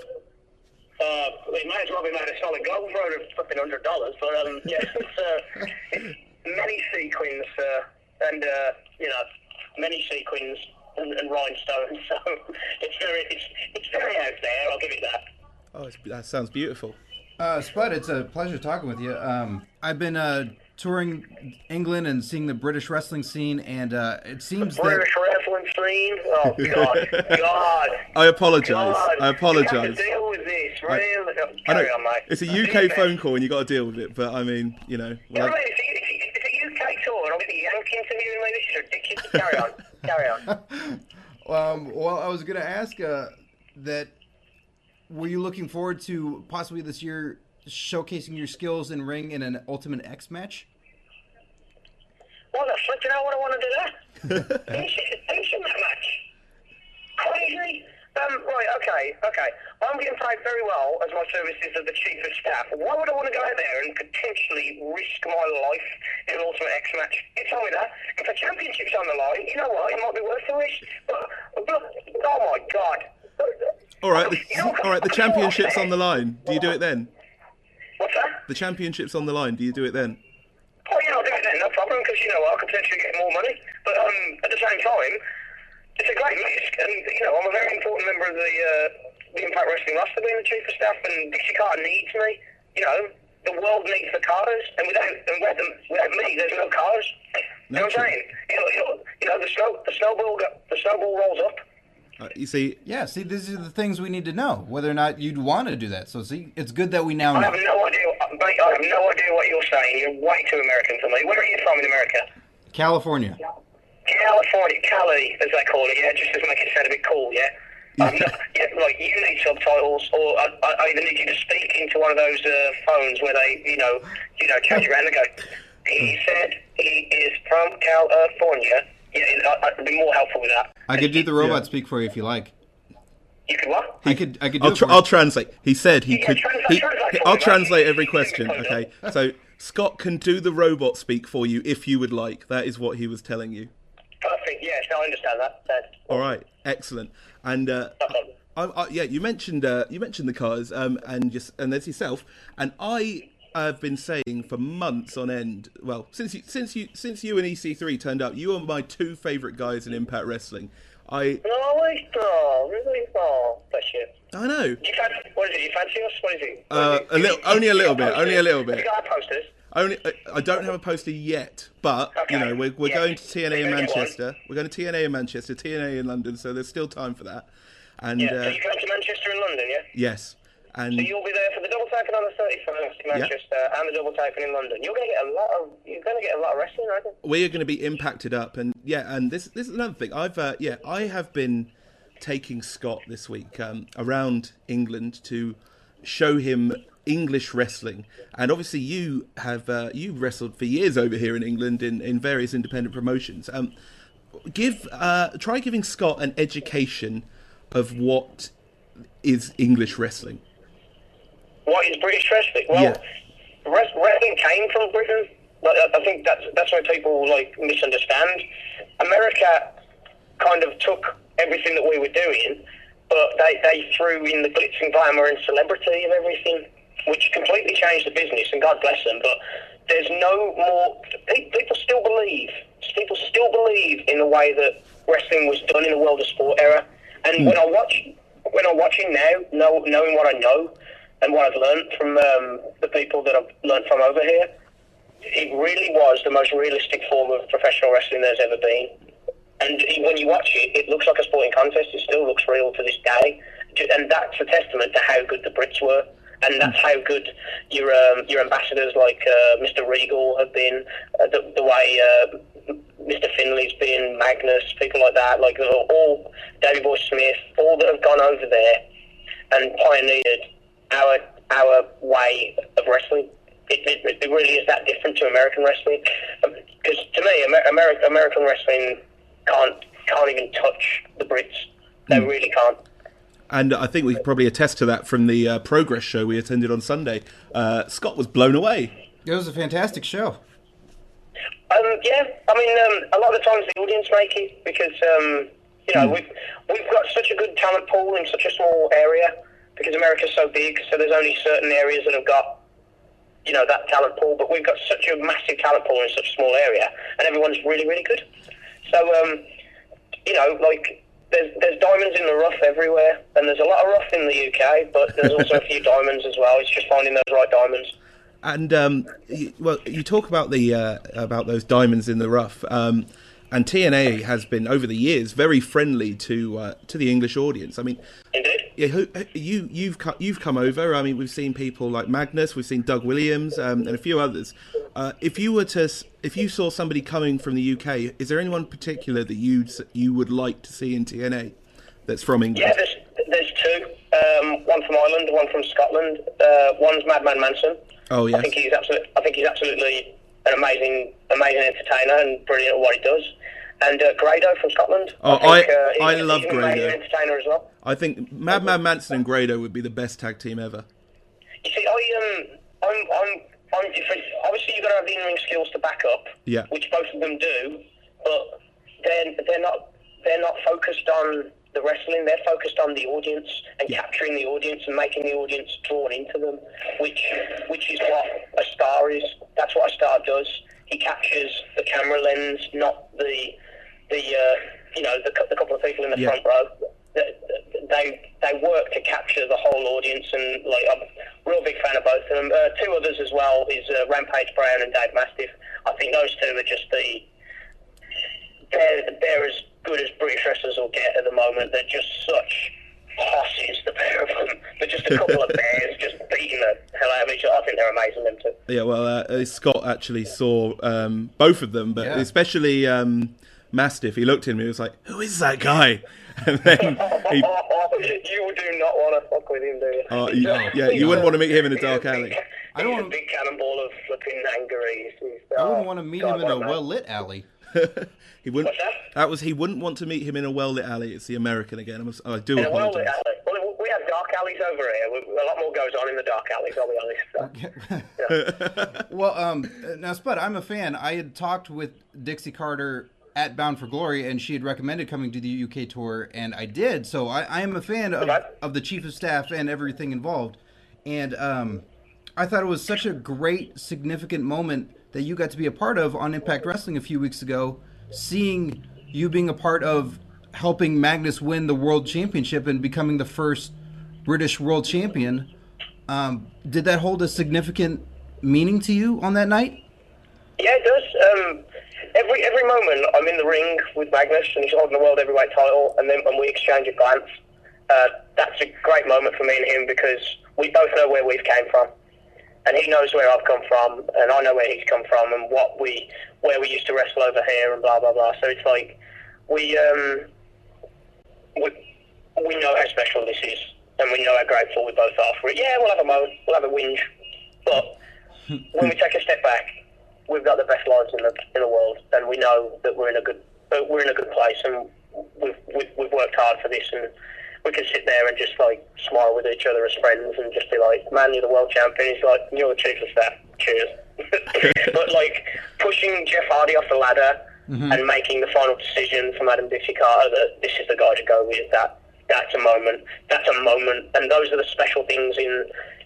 Uh, it might as well be made of solid gold for over flipping $100, but um, yeah, it's, uh, it's many sequins, uh, and, uh, you know, many sequins and, and rhinestones, so it's very, it's, it's very out there, I'll give it that.
Oh, it's, that sounds beautiful.
Uh, Spud, it's a pleasure talking with you. Um, I've been uh, touring England and seeing the British wrestling scene, and uh, it seems that.
British wrestling scene. Oh God, God.
I apologise.
God.
I
You have
apologise.
to deal with this, really. Oh,
I
Carry
know,
on, mate.
It's a
Okay.
UK phone call and you got to deal with it, but I mean, you know.
You're
well,
right, it's a- it's a- it's a UK tour, and I'll get the Yank interviewing me. This is ridiculous. Carry on. Carry on.
Um, well, I was going to ask uh, that were you looking forward to possibly this year showcasing your skills in ring in an Ultimate X match?
What the fuck? Do you know what I want to do that? Decent decent that match. Crazy. Um, right, okay, okay. I'm getting paid very well as my services are the chief of staff. Why would I want to go out there and potentially risk my life in an Ultimate X match? You tell me that. If a championship's on the line, you know what? It might be worth the risk. But, but oh my god.
all right,
You know,
all right. The championship's on the line. Do you do it then?
What's that?
The championship's on the line. Do you do it then?
Oh yeah, I'll do it then, no problem, because you know what, I could potentially get more money. But um, at the same time, it's a great risk, and you know I'm a very important member of the uh, the Impact Wrestling roster, being the chief of staff, and Dixie Carter needs me. You know, the world needs the Carters, and without and without, them, without me, there's no Carters. You know what I'm
Naturally.
saying? You know, you know, you know the snow the snowball go, the snowball rolls up.
Uh, you see,
Yeah, see, these are the things we need to know whether or not you'd want to do that. So, see, it's good that we now
I
know.
have no idea, mate. I have no idea what you're saying. You're way too American for me. Where are you from in America?
California.
California, Cali, as they call it. Yeah, just to make it sound a bit cool. Yeah. I'm not, yeah, like you need subtitles, or I, I I either need you to speak into one of those uh, phones where they, you know, you know, carry you around and go. He said he is from California. Yeah, I, I'd be more helpful with that.
I could do the robot speak for you if you like.
You could what?
I could, I could do
I'll,
it
tr-
for
I'll
you.
translate. He said he
Yeah,
could.
translate-
he-
translate
he-
for
I'll
me, mate.
translate every
You
question.
can do
Okay,
it.
so Scott can do the robot speak for you if you would like. That is what he was telling you.
Perfect. Yes, I understand that. That's
All right, excellent. And uh,
Okay.
I, I, yeah, you mentioned uh, you mentioned the cars, um, and just and there's yourself. And I have been saying for months on end. Well, since you since you since you and EC3 turned up, you are my two favorite guys in Impact Wrestling. I
no, wait, oh, really? Oh, bless you.
I know
Do you fancy, what is it? You fancy us? What is it? What
Uh,
is it?
a little- only a
You
little
got
bit,
posters?
only a little
You
bit.
got posters?
Only I- I don't have a poster yet, but you
Okay.
know we're, we're
Yeah.
going to TNA in
We're gonna get
Manchester. We're going to TNA in Manchester, TNA in London, so there's still time for that. And
Yeah.
uh,
so you come to Manchester and London, yeah?
yes, and
So you'll be there for the double typing on the 31st in Manchester and the double typing in London. You're going to get a lot of you're going to get a lot of wrestling, I think.
we are going to be impacted up. And yeah, and this this is another thing. I've uh, yeah I have been taking Scott this week um, around England to show him English wrestling. And obviously, you have uh, you wrestled for years over here in England in in various independent promotions. Um, give uh, try giving Scott an education of what is English wrestling.
What is British wrestling? Well,
Yeah.
wres- wrestling came from Britain. Like, I- I think that's that's why people like misunderstand. America kind of took everything that we were doing, but they, they threw in the glitz and glamour and celebrity of everything, which completely changed the business. And God bless them. But there's no more. pe- People still believe. People still believe in the way that wrestling was done in the world of sport era. And when I watch, when I'm watching now, know, knowing what I know and what I've learned from um, the people that I've learned from over here, it really was the most realistic form of professional wrestling there's ever been. And when you watch it, it looks like a sporting contest. It still looks real to this day, Ju- and that's a testament to how good the Brits were, and that's how good your um, your ambassadors like uh, Mr. Regal have been, uh, the, the way uh, Mr. Finley's been, Magnus, people like that, like they're all Davy Boy Smith, all that have gone over there and pioneered our our way of wrestling. It, it, it really is that different to American wrestling because to me, Amer- Ameri- American wrestling can't can't even touch the Brits. They really can't.
And I think we can probably attest to that from the uh, progress show we attended on Sunday. Uh, Scott was blown away.
It was a fantastic show.
Um, yeah, I mean, um, a lot of the times the audience make it because um, you know we've we've got such a good talent pool in such a small area because America's so big, so there's only certain areas that have got you know that talent pool, but we've got such a massive talent pool in such a small area, and everyone's really really good. So um, you know, like. There's, there's diamonds in the rough everywhere, and there's a lot of rough in the UK, but there's also a few diamonds as well. It's just finding those right diamonds.
And um, y well, you talk about the uh, about those diamonds in the rough. Um, and TNA has been over the years very friendly to uh, to the English audience. I mean,
Indeed.
yeah, who, who- you you've co- you've come over. I mean, we've seen people like Magnus, we've seen Doug Williams, um, and a few others. Uh, if you were to s- if you saw somebody coming from the UK, is there anyone particular that you you would like to see in TNA that's from England?
Yeah, there's, there's two. Um, one from Ireland, one from Scotland. Uh, one's Madman Manson.
Oh, yes.
I think he's absolutely. I think he's absolutely an amazing, amazing entertainer and brilliant at what he does. And uh, Grado from Scotland.
Oh,
think, uh,
I-
he's-
I love
he's an amazing
Grado.
entertainer as well.
I think Madman Manson and Grado would be the best tag team ever.
You see, I um, I'm, I'm, I'm different. Obviously, you've got to have the in-ring skills to back up.
Yeah.
Which both of them do, but then they're not, they're not focused on the wrestling. They're focused on the audience and capturing the audience and making the audience drawn into them, which, which is what a star is. That's what a star does. He captures the camera lens, not the, the, uh, you know, the, cou- the couple of people in the
Yeah.
front row that- that they they work to capture the whole audience, and like I'm a real big fan of both of them. Uh, two others as well is uh, Rampage Brown and Dave Mastiff. I think those two are just the they're, they're as good as British wrestlers will get at the moment. They're just such horses, the pair of them. They're just a couple of bears just beating the hell out of each other. I think they're amazing, them two.
Yeah, well, uh, uh, Scott actually saw um, both of them, but
Yeah.
especially um, Mastiff. He looked at him and he was like, Who is that guy? And then he.
you do not want to fuck with him, do you?
Oh, you- yeah, you wouldn't want to meet him in a dark
He's a big-
alley.
I don't
He's a
wanna-
big cannonball of flipping anger. He's, he's, uh,
I wouldn't want to meet him in a well lit alley.
He wouldn't.
What's that?
That was he wouldn't want to meet him in a well-lit alley. It's the American again. I'm, s- I do
In a well
apologize.
alley. Well, we have dark alleys over here. We- A lot more goes on in the dark alleys. I'll be honest.
Well, um, now Spud, I'm a fan. I had talked with Dixie Carter at Bound for Glory, and she had recommended coming to the UK tour, and I did. So I, I am a fan of,
Okay.
of the chief of staff and everything involved. And um, I thought it was such a great, significant moment that you got to be a part of on Impact Wrestling a few weeks ago. Seeing you being a part of helping Magnus win the World Championship and becoming the first British World Champion. Um, did that hold a significant meaning to you on that night?
Yeah, it does. Um, every every moment I'm in the ring with Magnus, and he's holding the world heavyweight title, and then when we exchange a glance, uh, that's a great moment for me and him because we both know where we've came from, and he knows where I've come from, and I know where he's come from, and what we where we used to wrestle over here, and blah blah blah. So it's like we um, we we know how special this is, and we know how grateful we both are for it. Yeah, we'll have a moan, we'll have a whinge, but when we take a step back, we've got the best lines in the in the world, and we know that we're in a good uh, we're in a good place, and we've we've, we've worked hard for this, and we can sit there and just like smile with each other as friends, and just be like, "Man, you're the world champion." He's like, "You're the chief of staff." Cheers. but like pushing Jeff Hardy off the ladder and making the final decision from Adam Dixie Carter that this is the guy to go with that that's a moment. That's a moment, and those are the special things in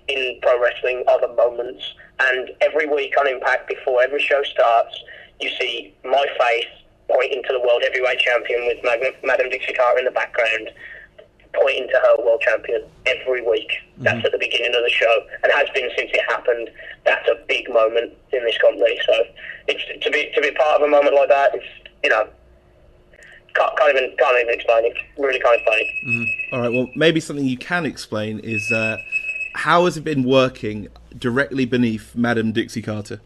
in pro wrestling are the moments. And every week on Impact, before every show starts, you see my face pointing to the world heavyweight champion with Mag- Madam Dixie Carter in the background, pointing to her world champion every week. That's at the beginning of the show, and has been since it happened. That's a big moment in this company. So, it's to be to be part of a moment like that. It's you know. Can't, can't even can't even explain it. Really can't explain it.
All right. Well, maybe something you can explain is uh, how has it been working directly beneath Madam Dixie Carter?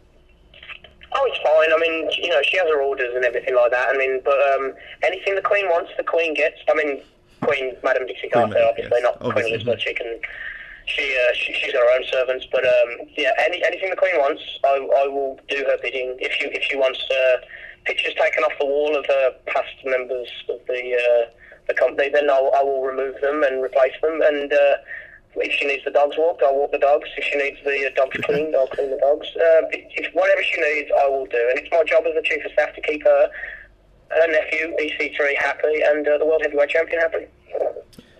Oh, it's fine. I mean, you know, she has her orders and everything like that. I mean, but um, anything the Queen wants, the Queen gets. I mean, Queen Madam Dixie Carter,
Madam,
obviously,
yes,
not
obviously.
Queen Elizabeth. She can, she, uh, she she's her own servants. But um, yeah, any, anything the Queen wants, I, I will do her bidding. If you if she wants uh, pictures taken off the wall of uh, past members of the uh, the company, then I'll, I will remove them and replace them. And uh, if she needs the dogs walked, I'll walk the dogs. If she needs the uh, dogs cleaned, I'll clean the dogs. Uh, if whatever she needs, I will do. And it's my job as the chief of staff to keep her. Her nephew, EC3, happy, and uh, the World Heavyweight Champion happy.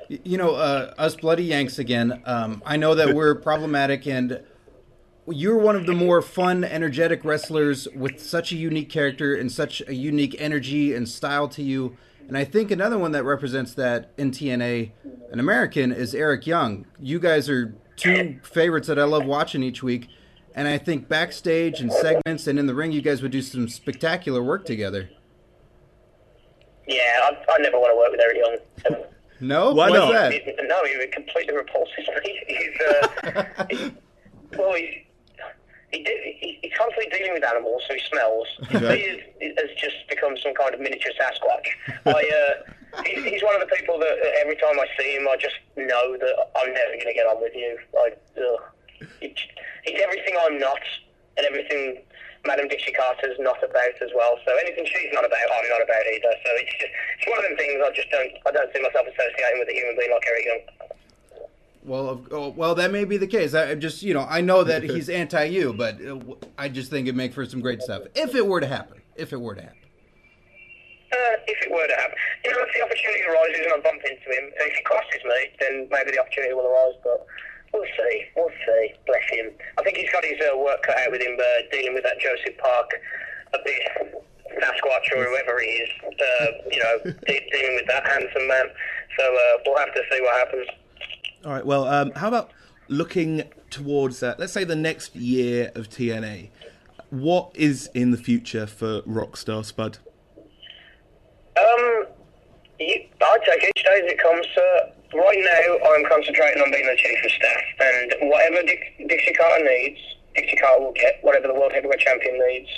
Y- You know, uh, us bloody Yanks again. Um, I know that we're problematic, and you're one of the more fun, energetic wrestlers with such a unique character and such a unique energy and style to you. And I think another one that represents that in TNA, an American, is Eric Young. You guys are two favorites that I love watching each week. And I think backstage and segments and in the ring, you guys would do some spectacular work together.
Yeah, I, I never want to work with Eric Young.
No,
Why
Why's
not?
that?
He- no, he completely repulses me. He's, uh, he, well, he's, he, de- he, he's constantly dealing with animals, so he smells. He is- has just become some kind of miniature Sasquatch. I, uh, he, he's one of the people that uh, every time I see him, I just know that I'm never going to get on with you. Like, ugh. He, he's everything I'm not, and everything Madam Dixie Carter's not about as well. So anything she's not about, I'm not about either. So it's just, it's one of them things I just don't I don't see myself associating with a human being like Eric Young.
Well, of- oh, well, that may be the case. I I'm just, you know, I know that he's anti you, but uh, w- I just think it'd make for some great stuff if it were to happen. If it were to happen.
Uh, if it were to happen, you know, if the opportunity arises and I bump into him, and if he crosses me, then maybe the opportunity will arise. But we'll see, we'll see. Bless him. I think he's got his uh, work cut out with him uh, dealing with that Joseph Park a bit. Sasquatch or whoever he is, uh, you know, de- dealing with that handsome man. So uh, we'll have to see what happens.
All right. Well, um, how about looking towards uh, let's say the next year of TNA? What is in the future for Rockstar Spud?
Um, take each day as it comes, sir. Right now, I'm concentrating on being the chief of staff, and whatever Dick, Dixie Carter needs, Dixie Carter will get. Whatever the world heavyweight champion needs,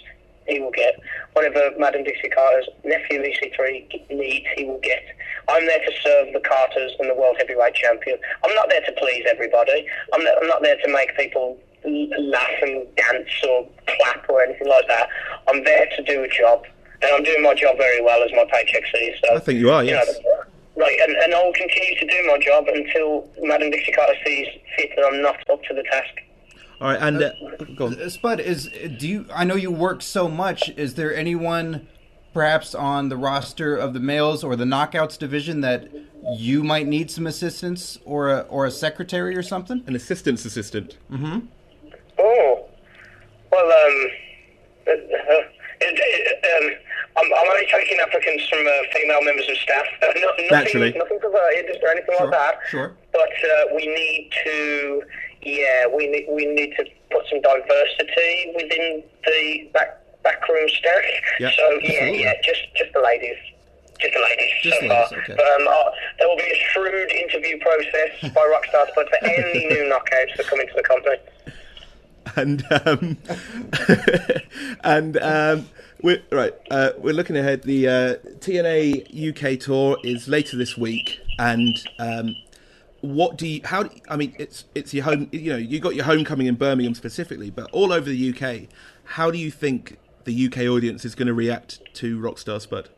he will get. Whatever Madam Dixie Carter's nephew EC3 needs, he will get. I'm there to serve the Carters and the world heavyweight champion. I'm not there to please everybody. I'm, not- I'm not there to make people l- laugh and dance or clap or anything like that. I'm there to do a job, and I'm doing my job very well as my paycheck sees. So
I think you are, yes.
Right, and, and I'll continue to do my job until Madam Dixie Carter sees fit that I'm not up to the task.
All right, and uh, go on.
Spud, is do you? I know you work so much. Is there anyone, perhaps on the roster of the males or the knockouts division, that you might need some assistance or a, or a secretary or something?
an assistant's assistant.
Oh, well, um, uh, uh, it, it, um I'm, I'm only taking applicants from uh, female members of staff. Uh, No, nothing,
Naturally.
nothing perverted or anything
Sure,
like that.
sure.
But uh, we need to, yeah, we need we need to put some diversity within the back backroom staff.
Yeah,
so yeah,
absolutely.
yeah, just just the ladies. Just the ladies
Just
so
the ladies,
far.
okay.
But um, uh, there will be a shrewd interview process by Rockstar Spud for any new knockouts that come into the company.
and um, and um, we're right. Uh, we're looking ahead. The uh, TNA UK tour is later this week, and um, what do you? How? do- I mean, it's it's your home. You know, you got your homecoming in Birmingham specifically, but all over the UK. How do you think the UK audience is going to react to Rockstar Spud?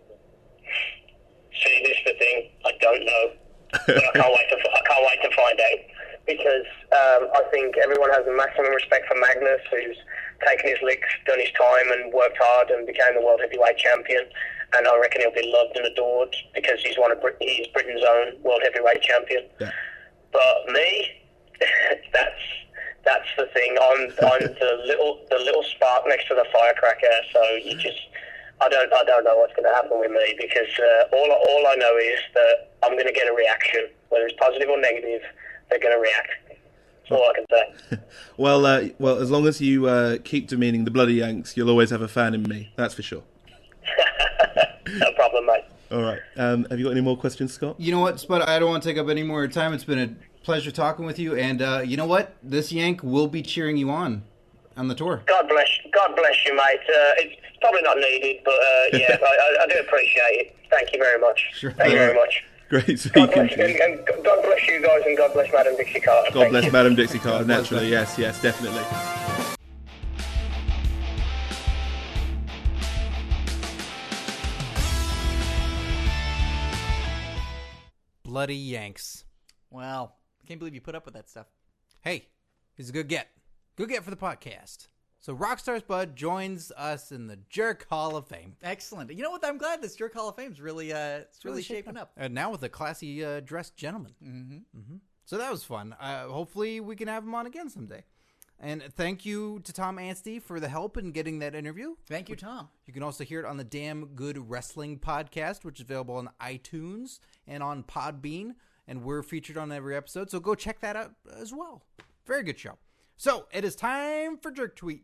See, this is the thing. I don't know, but I can't wait to I can't wait to find out because um, I think everyone has a maximum respect for Magnus, who's taken his licks, done his time, and worked hard, and became the world heavyweight champion. And I reckon he'll be loved and adored because he's one of Brit- he's Britain's own world heavyweight champion.
Yeah.
But me, that's that's the thing. I'm I'm the little the little spark next to the firecracker. So you just I don't I don't know what's going to happen with me because uh, all all I know is that I'm going to get a reaction, whether it's positive or negative. They're going to react. That's all I can say.
Well, uh, well, as long as you uh, keep demeaning the bloody Yanks, you'll always have a fan in me. That's for sure.
No problem, mate.
All right. Um, have you got any more questions, Scott?
You know what, Spud? I don't want to take up any more of your time. It's been a pleasure talking with you, and uh, you know what? This Yank will be cheering you on on the tour.
God bless God bless you, mate. Uh, it's probably not needed, but uh, yeah, I, I, I do appreciate it. Thank you very much.
Sure.
Thank you very
All right.
much.
Great
God
speaking
bless,
to
and,
you.
and God bless you guys, and God bless Madam Dixie Carter.
God
Thank
bless
you.
Madam Dixie Carter,
bless
naturally. Yes, yes, definitely.
Bloody Yanks!
Well, I can't believe you put up with that stuff.
Hey, he's a good get. Good get for the podcast. So Rockstar Spud joins us in the Jerk Hall of Fame.
Excellent. You know what? I'm glad this Jerk Hall of Fame's really, uh, it's really, shaping up.
And now with a classy uh, dressed gentleman. Mm-hmm. Mm-hmm. So that was fun. Uh, hopefully we can have him on again someday. And thank you to Tom Anstey for the help in getting that interview.
Thank you, Tom.
You can also hear it on the Damn Good Wrestling podcast, which is available on iTunes and on Podbean. And we're featured on every episode. So go check that out as well. Very good show. So it is time for Jerk Tweets.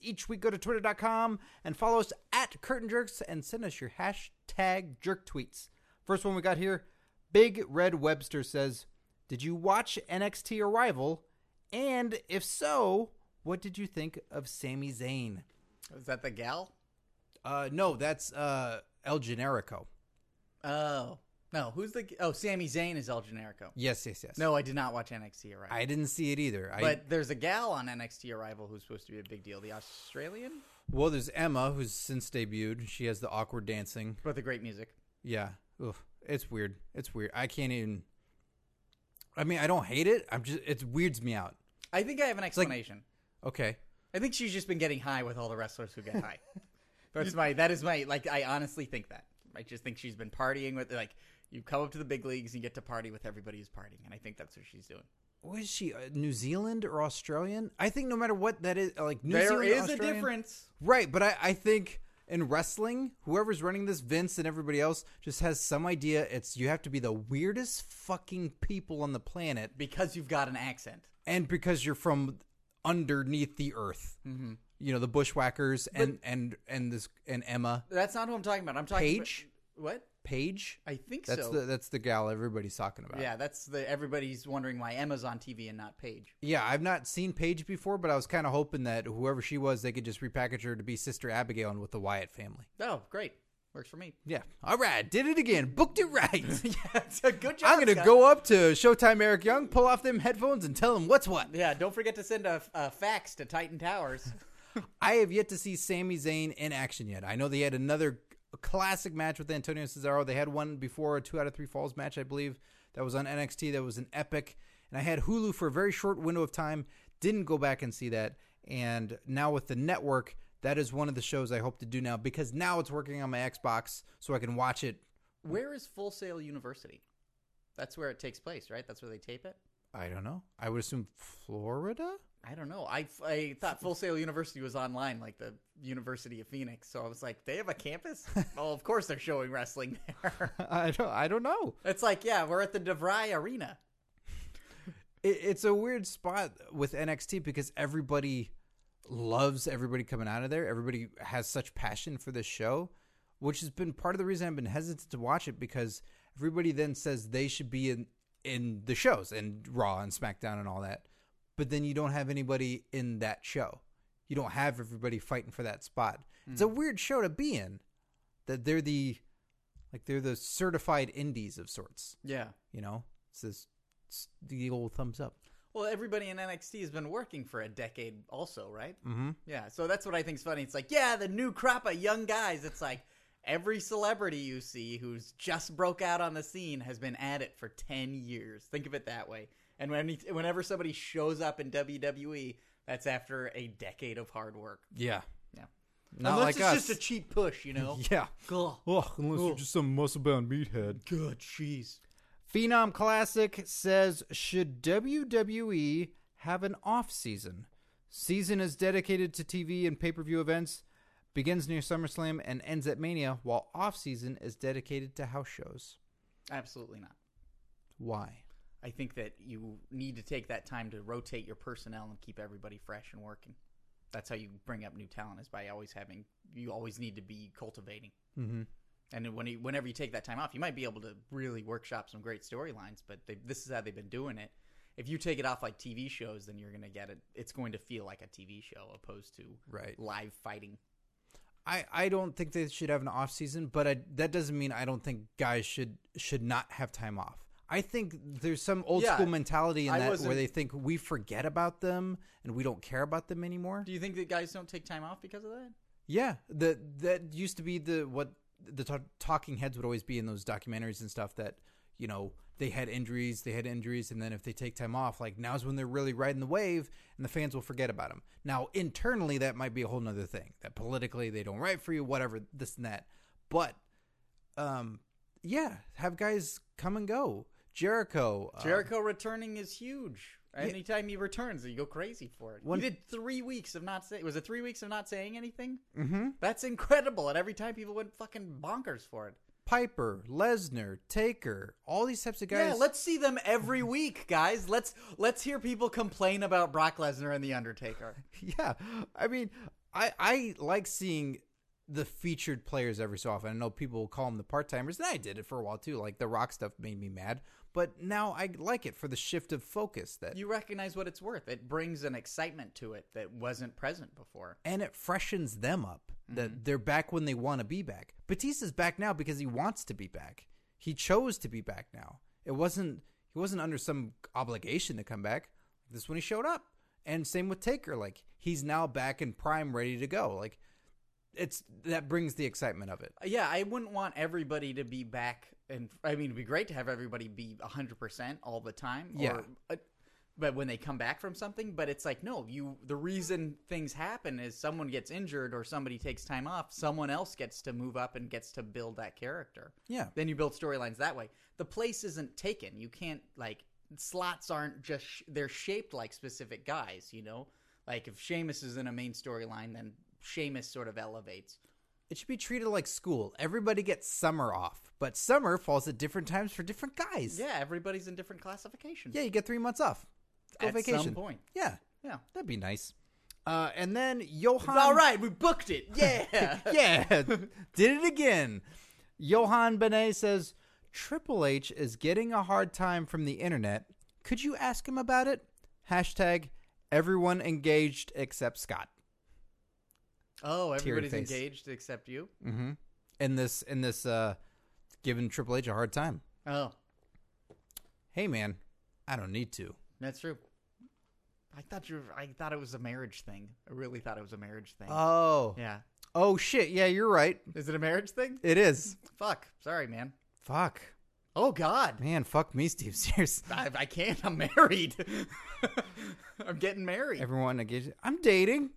Each week, go to twitter.com and follow us at Curtain Jerks and send us your hashtag jerk tweets. First one we got here Big Red Webster says, Did you watch NXT Arrival? And if so, what did you think of Sami Zayn?
Is that the gal?
Uh, no, that's uh, El Generico.
Oh no, who's the? Oh, Sami Zayn is El Generico.
Yes, yes, yes.
No, I did not watch NXT Arrival.
I didn't see it either. I,
but there's a gal on NXT Arrival who's supposed to be a big deal. The Australian
well, there's Emma who's since debuted. She has the awkward dancing.
with the great music.
Yeah, Oof. it's weird. It's weird. I can't even. I mean, I don't hate it. I'm just it weirds me out.
I think I have an explanation.
Okay,
I think she's just been getting high with all the wrestlers who get high. That's my. That is my. Like I honestly think that. I just think she's been partying with like. You come up to the big leagues and get to party with everybody who's partying, and I think that's what she's doing.
what is she? Uh, New Zealand or Australian? I think no matter what that is, uh, like New
There
Zealand,
is a
Australian-
difference.
right? But I, I think in wrestling, whoever's running this, Vince and everybody else, just has some idea. It's you have to be the weirdest fucking people on the planet
because you've got an accent.
and because you're from underneath the earth,
Mm-hmm.
you know the bushwhackers and and and this and Emma.
That's not who I'm talking about. I'm talking
Paige?
about- what?
Page.
I think
That's
so.
the that's the gal everybody's talking about.
yeah, that's the everybody's wondering why Emma's on TV and not Paige.
Yeah, I've not seen Paige before, but I was kind of hoping that whoever she was, they could just repackage her to be Sister Abigail and with the Wyatt family.
Oh, great. Works for me.
Yeah. All right, did it again. Booked it right.
yeah, it's a good job.
I'm gonna
Scott.
go up to Showtime Eric Young, pull off them headphones, and tell him what's what.
Yeah, don't forget to send a, a fax to Titan Towers.
I have yet to see Sami Zayn in action yet. I know they had another classic match with Antonio Cesaro. They had one before a two out of three falls match, I believe, that was on NXT. That was an epic. And I had Hulu for a very short window of time. Didn't go back and see that. And now with the network, that is one of the shows I hope to do now because now it's working on my Xbox, so I can watch it.
Where is Full Sail University? That's where it takes place, right? That's where they tape it.
I don't know. I would assume Florida.
I don't know. I, I thought Full Sail University was online, like the University of Phoenix. So I was like, they have a campus? well, of course they're showing wrestling there.
I don't. I don't know.
it's like, yeah, we're at the DeVry Arena.
it, it's a weird spot with NXT because everybody loves everybody coming out of there. Everybody has such passion for this show, which has been part of the reason I've been hesitant to watch it because everybody then says they should be in in the shows and Raw and SmackDown and all that. But then you don't have anybody in that show. You don't have everybody fighting for that spot. It's a weird show to be in. That they're the like they're the certified indies of sorts,
Yeah.
you know? It's this it's the old thumbs up.
Well, everybody in NXT has been working for a decade, also, right?
Mm-hmm.
Yeah. So that's what I think's funny. It's like, yeah, the new crop of young guys. It's like every celebrity you see who's just broke out on the scene has been at it for ten years. Think of it that way. And when whenever somebody shows up in WWE, that's after a decade of hard work.
Yeah.
Yeah.
Not
Unless
like
it's
us.
just a cheap push, you know.
yeah.
Ugh.
Ugh, unless you're just some muscle bound meathead.
Good, jeez.
Phenom Classic says Should WWE have an off season? Season is dedicated to TV and pay per view events, begins near SummerSlam and ends at Mania, while off season is dedicated to house shows.
Absolutely not.
Why?
I think that you need to take that time to rotate your personnel and keep everybody fresh and working. That's how you bring up new talent is by always having you always need to be cultivating.
Mm-hmm.
And then when you, whenever you take that time off, you might be able to really workshop some great storylines. But they, this is how they've been doing it. If you take it off like TV shows, then you're going to get it. It's going to feel like a TV show opposed to
Right.
live fighting.
I, I don't think they should have an off season, but I, that doesn't mean I don't think guys should should not have time off. I think there's some old
Yeah,
school mentality in
I
that where
wasn't-
they think we forget about them and we don't care about them anymore.
Do you think that guys don't take time off because of that?
Yeah, that that used to be the what the ta talking heads would always be in those documentaries and stuff that you know they had injuries, they had injuries, and then if they take time off, like now's when they're really riding the wave, and the fans will forget about them. Now internally, that might be a whole nother thing. That politically they don't write for you, whatever this and that. But um, yeah, have guys come and go. Jericho, uh,
Jericho returning is huge. Anytime he returns, you go crazy for it.
One-
he did three weeks of not saying. Was it three weeks of not saying anything? Mm-hmm. That's incredible. And every time people went fucking bonkers for it.
Piper, Lesnar, Taker, all these types of guys.
Yeah, let's see them every week, guys. Let's let's hear people complain about Brock Lesnar and the Undertaker.
yeah i mean i i like seeing the featured players every so often i know people call them the part-timers and i did it for a while too like the rock stuff made me mad but now i like it for the shift of focus that
You recognize what it's worth. It brings an excitement to it that wasn't present before.
and it freshens them up
Mm-hmm.
that they're back when they want to be back batista's back now because he wants to be back he chose to be back now it wasn't he wasn't under some obligation to come back this when he showed up and same with taker like he's now back in prime ready to go like it's that brings the excitement of it
Yeah, I wouldn't want everybody to be back, and I mean, it'd be great to have everybody be hundred percent all the time.
Yeah.
uh, but when they come back from something, but it's like no, you. The reason things happen is someone gets injured or somebody takes time off. Someone else gets to move up and gets to build that character.
Yeah.
Then you build storylines that way. The place isn't taken. You can't like slots aren't just sh- they're shaped like specific guys. You know, like if Sheamus is in a main storyline, then Sheamus sort of elevates.
it should be treated like school everybody gets summer off but summer falls at different times for different guys
Yeah, everybody's in different classifications.
yeah you get three months off go
At some
vacation
point.
yeah
Yeah.
that'd be nice uh, and then Johan.
All right, we booked it. Yeah.
yeah, did it again. Johan Benet says Triple H is getting a hard time from the internet. Could you ask him about it? Hashtag everyone engaged except Scott.
Oh, everybody's
face.
engaged except you.
In this in this uh giving Triple H a hard time.
Oh,
Hey man, I don't need to.
that's true. I thought you. Were, I thought it was a marriage thing. I really thought it was a marriage thing.
Oh.
yeah.
Oh shit, yeah, you're right.
Is it a marriage thing?
It is.
Fuck. Sorry, man.
Fuck.
Oh God.
Man, fuck me, Steve Sears.
I, I can't. I'm married. I'm getting married.
Everyone engaged. I'm dating.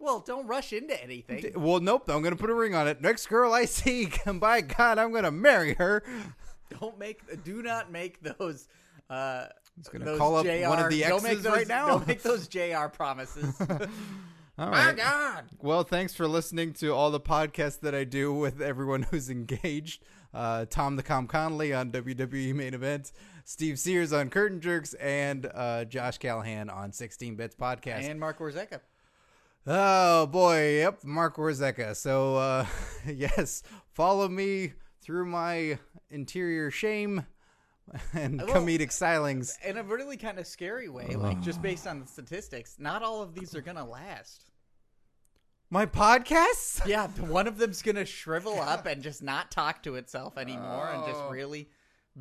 Well, don't rush into anything.
D- Well, nope. I'm gonna put a ring on it. Next girl I see, by God, I'm gonna marry her.
Don't make. Do not make those. Uh,
gonna
those
call up
JR,
one of the
don't make
exes
those-
right now.
Don't make those JR promises.
All
My
right.
God.
Well, thanks for listening to all the podcasts that I do with everyone who's engaged. Uh, Tom the Com Connolly on WWE Main Event, Steve Sears on Curtain Jerks, and uh, Josh Callahan on 16 Bits Podcast.
And Mark Warzeka.
Oh boy, yep, Mark Warzeka. So uh yes, follow me through my interior shame and
will-
comedic silings.
in a really kind of scary way, like just based on the statistics, not all of these are gonna last.
My podcasts?
Yeah, the- one of them's gonna shrivel up and just not talk to itself anymore, and just really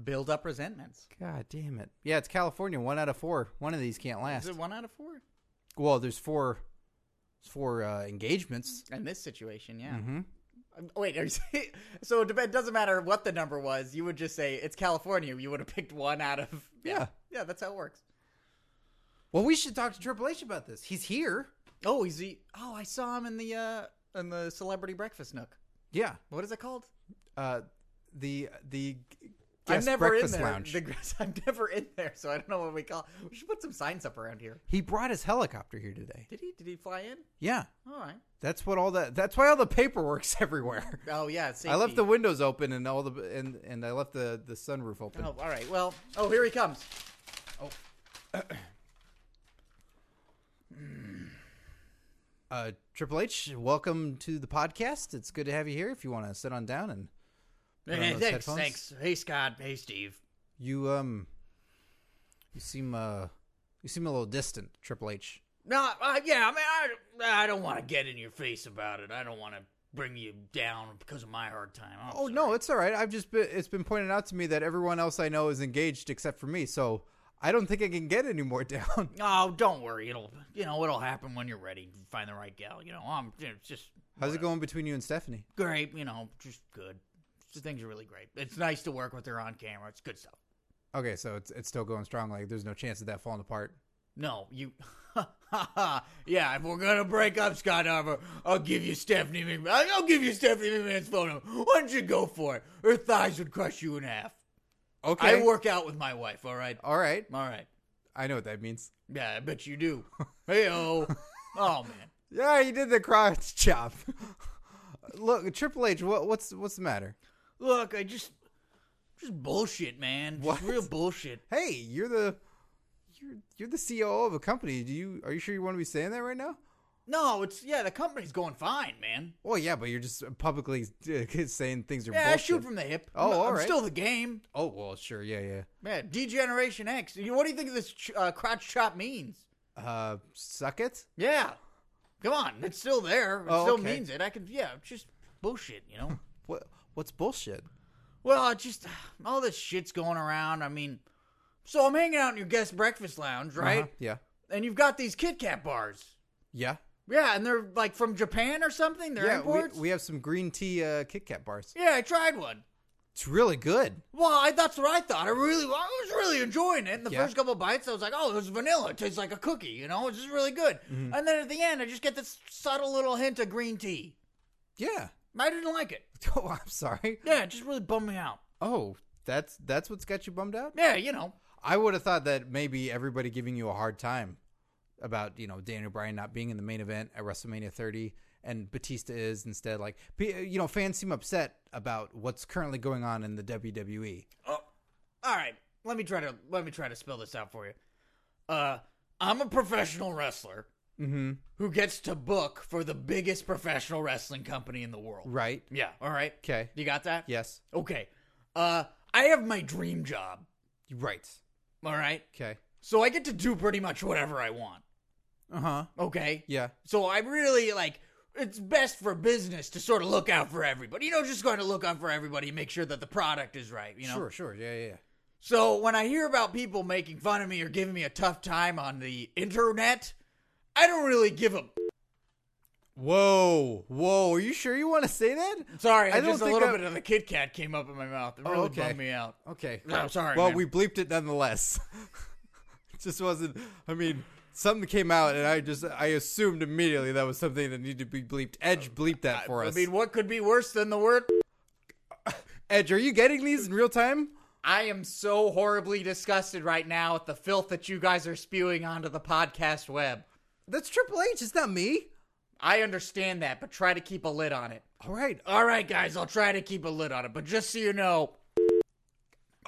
build up resentments.
God damn it. Yeah, it's California, one out of four. One of these can't
Is
last.
it one out of four
Well, there's four there's four uh engagements.
in this situation? Yeah. Mm-hmm. Wait, are you saying, so it depend- doesn't matter what the number was. You would just say it's California. You would have picked one out of yeah,
Yeah.
yeah. That's how it works.
Well, we should talk to Triple H about this. He's here.
Oh, is he? Oh, I saw him in the uh in the celebrity breakfast nook.
Yeah.
What is it called?
Uh the the
I'm
guest
never in
breakfast
there.
lounge.
The grass- I'm never in there, so I don't know what we call. We should put some signs up around here.
He brought his helicopter here today.
Did he? Did he fly in?
Yeah.
All right.
That's what all that. That's why all the paperwork's everywhere.
Oh yeah. Safety.
I left the windows open and all the and and I left the the sunroof open.
Oh, all right. Well. Oh, here he comes.
Uh, Triple H, welcome to the podcast. It's good to have you here. If you want to sit on down and on
Hey,
those
thanks.
headphones.
Thanks. Hey, Scott. Hey, Steve.
you um, you seem uh, you seem a little distant, Triple H.
No, uh, yeah, I mean, I, I don't want to get in your face about it. I don't want to bring you down because of my hard time. I'm
Oh no, it's all right. I've just been it's been pointed out to me that everyone else I know is engaged except for me, so I don't think I can get any more down.
Oh, don't worry. It'll, you know, it'll happen when you're ready. You Find the right gal. You know, I'm it's just
How's it going between you and Stephanie?
great. You know, just good. The things are really great. It's nice to work with her on camera. It's good stuff.
Okay, so it's it's still going strong. Like there's no chance of that falling apart.
No, you. yeah, if we're gonna break up, Scott Harper, I'll give you Stephanie McMahon. I'll give you Stephanie McMahon's phone number. Why don't you go for it? Her thighs would crush you in half.
Okay,
I work out with my wife. All right.
all right.
All right.
I know what that means.
Yeah, I bet you do. hey oh. Oh man.
Yeah, you did the crotch chop. Look, Triple H, what, what's what's the matter?
Look, I just just bullshit, man.
What?
Just real bullshit.
Hey, you're the you're you're the COO of a company. Do you are you sure you want to be saying that right now?
No, it's yeah, the company's going fine, man.
Well, yeah, but you're just publicly uh, saying things are
Yeah, I
bullshit.
shoot from the hip.
Oh,
I'm,
all
I'm
right.
still the game.
oh, well, sure, yeah, yeah.
Man, Degeneration X. You- What do you think this ch- uh, crotch chop means?
Uh, suck it.
Yeah. Come on, it's still there. It
Oh,
still
okay.
means it. I can yeah, it's just bullshit, you know.
What what's bullshit?
Uh-huh. Well, it's just all this shit's going around. I mean, so I'm hanging out in your guest breakfast lounge, right?
Uh-huh, Yeah,
And you've got these Kit Kat bars.
yeah,
Yeah, and they're like from Japan or something. They're
yeah.
imports.
We, we have some green tea uh, Kit Kat bars.
yeah, I tried one.
It's really good.
Well, I, that's what I thought. I really, I was really enjoying it. And the
Yeah.
first couple bites, I was like, "Oh, this is vanilla. It tastes like a cookie. You know, it's just really good."
Mm-hmm.
And then at the end, I just get this subtle little hint of green tea.
Yeah.
I didn't like it.
Oh, I'm sorry.
Yeah, it just really bummed me out.
Oh, that's that's what's got you bummed out.
Yeah, you know.
I would have thought that maybe everybody giving you a hard time about you know Daniel Bryan not being in the main event at WrestleMania 30 and Batista is instead like p- you know fans seem upset about what's currently going on in the E. WWE.
Oh, all right. Let me try to let me try to spell this out for you. Uh, I'm a professional wrestler.
Mm-hmm.
who gets to book for the biggest professional wrestling company in the world.
Right.
Yeah. All right.
'Kay.
You got that?
Yes.
Okay. Uh, I have my dream job.
Right.
All right.
Okay.
So I get to do pretty much whatever I want.
Uh huh.
Okay.
Yeah.
So I really like. It's best for business to sort of look out for everybody. You know, just going to look out for everybody and make sure that the product is right. You know.
Sure. Sure. Yeah. Yeah. yeah.
So when I hear about people making fun of me or giving me a tough time on the internet, I don't really give a
Whoa. Whoa. Are you sure you want to say that?
Sorry,
I
I
don't
just a
think
little
I- Oh,
bit of the Kit Kat came up in my mouth. It really
okay.
bummed me out.
Okay.
No, I'm sorry,
Well,
man.
we bleeped it nonetheless. it just wasn't. I mean, something came out, and I just I assumed immediately that was something that needed to be bleeped. Edge bleeped that for
I
us.
mean, what could be worse than the word?
Edge, are you getting these in real time?
I am so horribly disgusted right now at the filth that you guys are spewing onto the podcast web.
That's Triple H. It's not me.
I understand that, but try to keep a lid on it.
All right.
All right, guys, I'll try to keep a lid on it, but just so you know,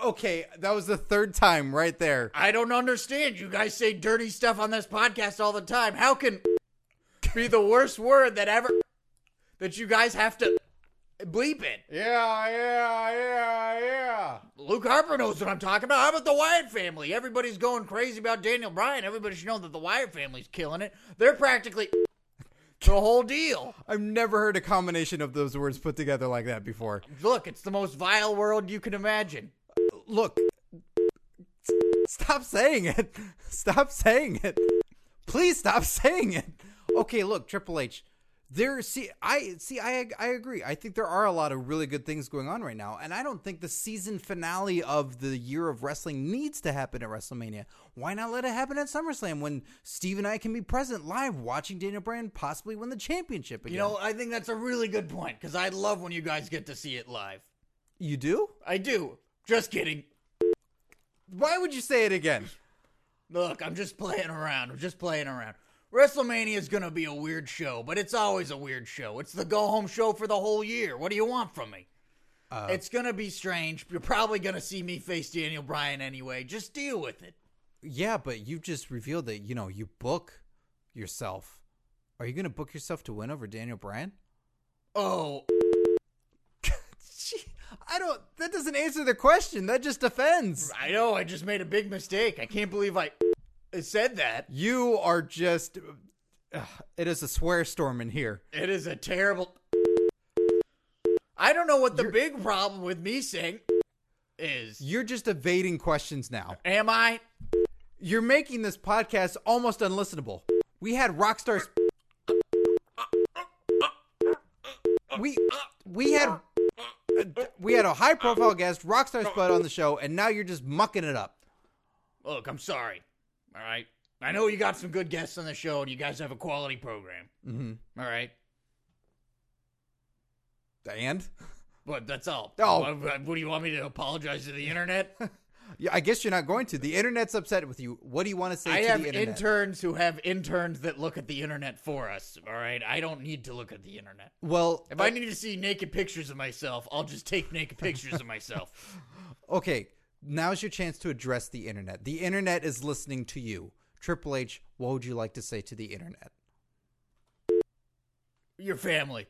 Okay. That was the third time right there.
I don't understand. You guys say dirty stuff on this podcast all the time. How can be the worst word that ever that you guys have to bleep it?
Yeah. Yeah. Yeah. Yeah.
Luke Harper knows what I'm talking about. How about the Wyatt family? Everybody's going crazy about Daniel Bryan. Everybody should know that the Wyatt family's killing it. They're practically the whole deal.
I've never heard a combination of those words put together like that before.
Look, it's the most vile world you can imagine.
Look, stop saying it. Stop saying it. Please stop saying it. Okay, look, Triple H. There, see, I see, I I agree. I think there are a lot of really good things going on right now, and I don't think the season finale of the year of wrestling needs to happen at WrestleMania. Why not let it happen at SummerSlam when Steve and I can be present live watching Daniel Bryan possibly win the championship again?
You know, I think that's a really good point because I love when you guys get to see it live.
you do.
I do. Just kidding.
Why would you say it again?
Look, I'm just playing around. I'm just playing around. WrestleMania is going to be a weird show, but it's always a weird show. It's the go home show for the whole year. What do you want from me? it's going to be strange. You're probably going to see me face Daniel Bryan anyway. Just deal with it.
Yeah, but you just revealed that you know you book yourself. Are you going to book yourself to win over Daniel Bryan?
Oh,
Gee, I don't. That doesn't answer the question. That just offends.
I know. I just made a big mistake. I can't believe I said that.
You are just. Ugh, it is a swear storm in here.
It is a terrible. I don't know what the big problem with me saying is.
You're just evading questions now.
Am I?
You're making this podcast almost unlistenable. We had Rockstar's. We we had we had a high profile guest, Rockstar Spud, on the show, and now you're just mucking it up.
Look, I'm sorry. All right. I know you got some good guests on the show and you guys have a quality program. Mm-hmm. right.
And
But that's all.
Oh.
What, what- what do you want me to apologize to the internet?
yeah, I guess you're not going to. The internet's upset with you. What do you want to say
I
to
have
the internet?
interns who have interns that look at the internet for us. All right. I don't need to look at the internet.
well, uh,
If I need to see naked pictures of myself, I'll just take naked pictures of myself.
okay, now's your chance to address the internet. The internet is listening to you. Triple H, what would you like to say to the internet?
Your family.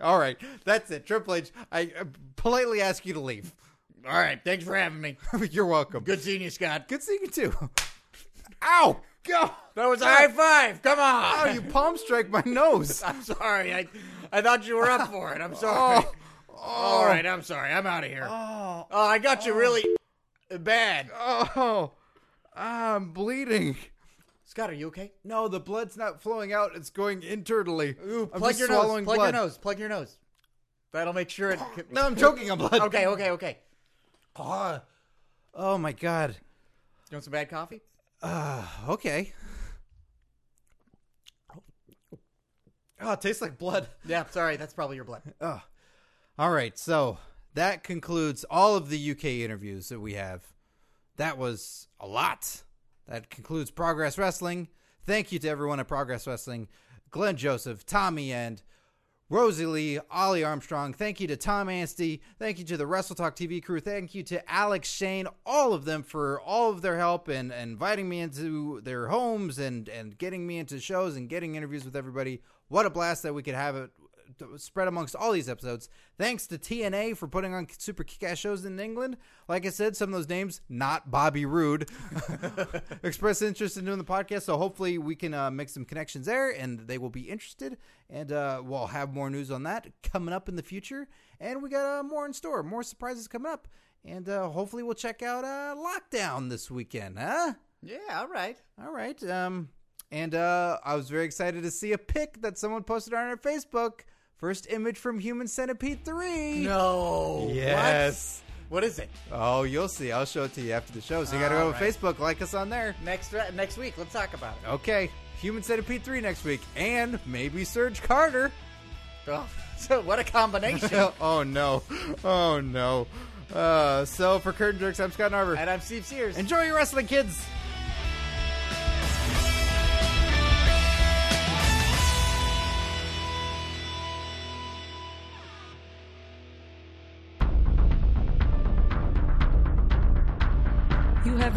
All right, that's it. Triple H, I uh, politely ask you to leave.
All right. Thanks for having me.
You're welcome.
Good seeing you, Scott.
Good seeing you too. Ow! Go!
That was a high five. Come on.
Ow! Oh, You palm strike my nose.
I'm sorry. I I thought you were up for it. I'm sorry.
Oh,
All right, I'm sorry. I'm out of here. Oh, I got you really bad.
oh, I'm bleeding.
Scott, are you okay?
No, the blood's not flowing out. It's going internally. Ooh, I'm
Plug
just
your nose.
swallowing
Plug
blood.
your nose. Plug your nose. That'll make sure it.
No, I'm joking. I'm blood.
okay, okay, okay.
Ah. Oh my god.
You want some bad coffee?
Okay. Oh, it tastes like blood.
Yeah, sorry. That's probably your blood.
All right, so that concludes all of the UK interviews that we have. That was a lot. That concludes Progress Wrestling. Thank you to everyone at Progress Wrestling, Glenn Joseph, Tommy, and Rosie Lee, Ollie Armstrong. Thank you to Tom Anstey. Thank you to the Wrestle Talk TV crew. Thank you to Alex Shane, all of them for all of their help and, and inviting me into their homes and, and getting me into shows and getting interviews with everybody. What a blast that we could have it uh, spread amongst all these episodes. Thanks to TNA for putting on super kick-ass shows in England. Like I said, some of those names, not Bobby Roode, expressed interest in doing the podcast. So hopefully we can uh, make some connections there, and they will be interested. And uh, we'll have more news on that coming up in the future. And we got uh, more in store, more surprises coming up. And uh, hopefully we'll check out uh, Lockdown this weekend, huh?
Yeah, all right.
All right. Um, and uh, I was very excited to see a pic that someone posted on our Facebook. First image from Human Centipede 3.
No.
Yes.
What? what is it?
Oh, you'll see. I'll show it to you after the show. So you got to go to
Alright.
Facebook, like us on there.
Next re- next week, let's talk about it.
Okay. Human Centipede 3 next week. And maybe Serge Carter.
Oh, so what a combination.
oh, no. Oh, no. Uh, so for Curtain Jerks, I'm Scott Narver.
and I'm Steve Sears.
Enjoy your wrestling, kids.
You have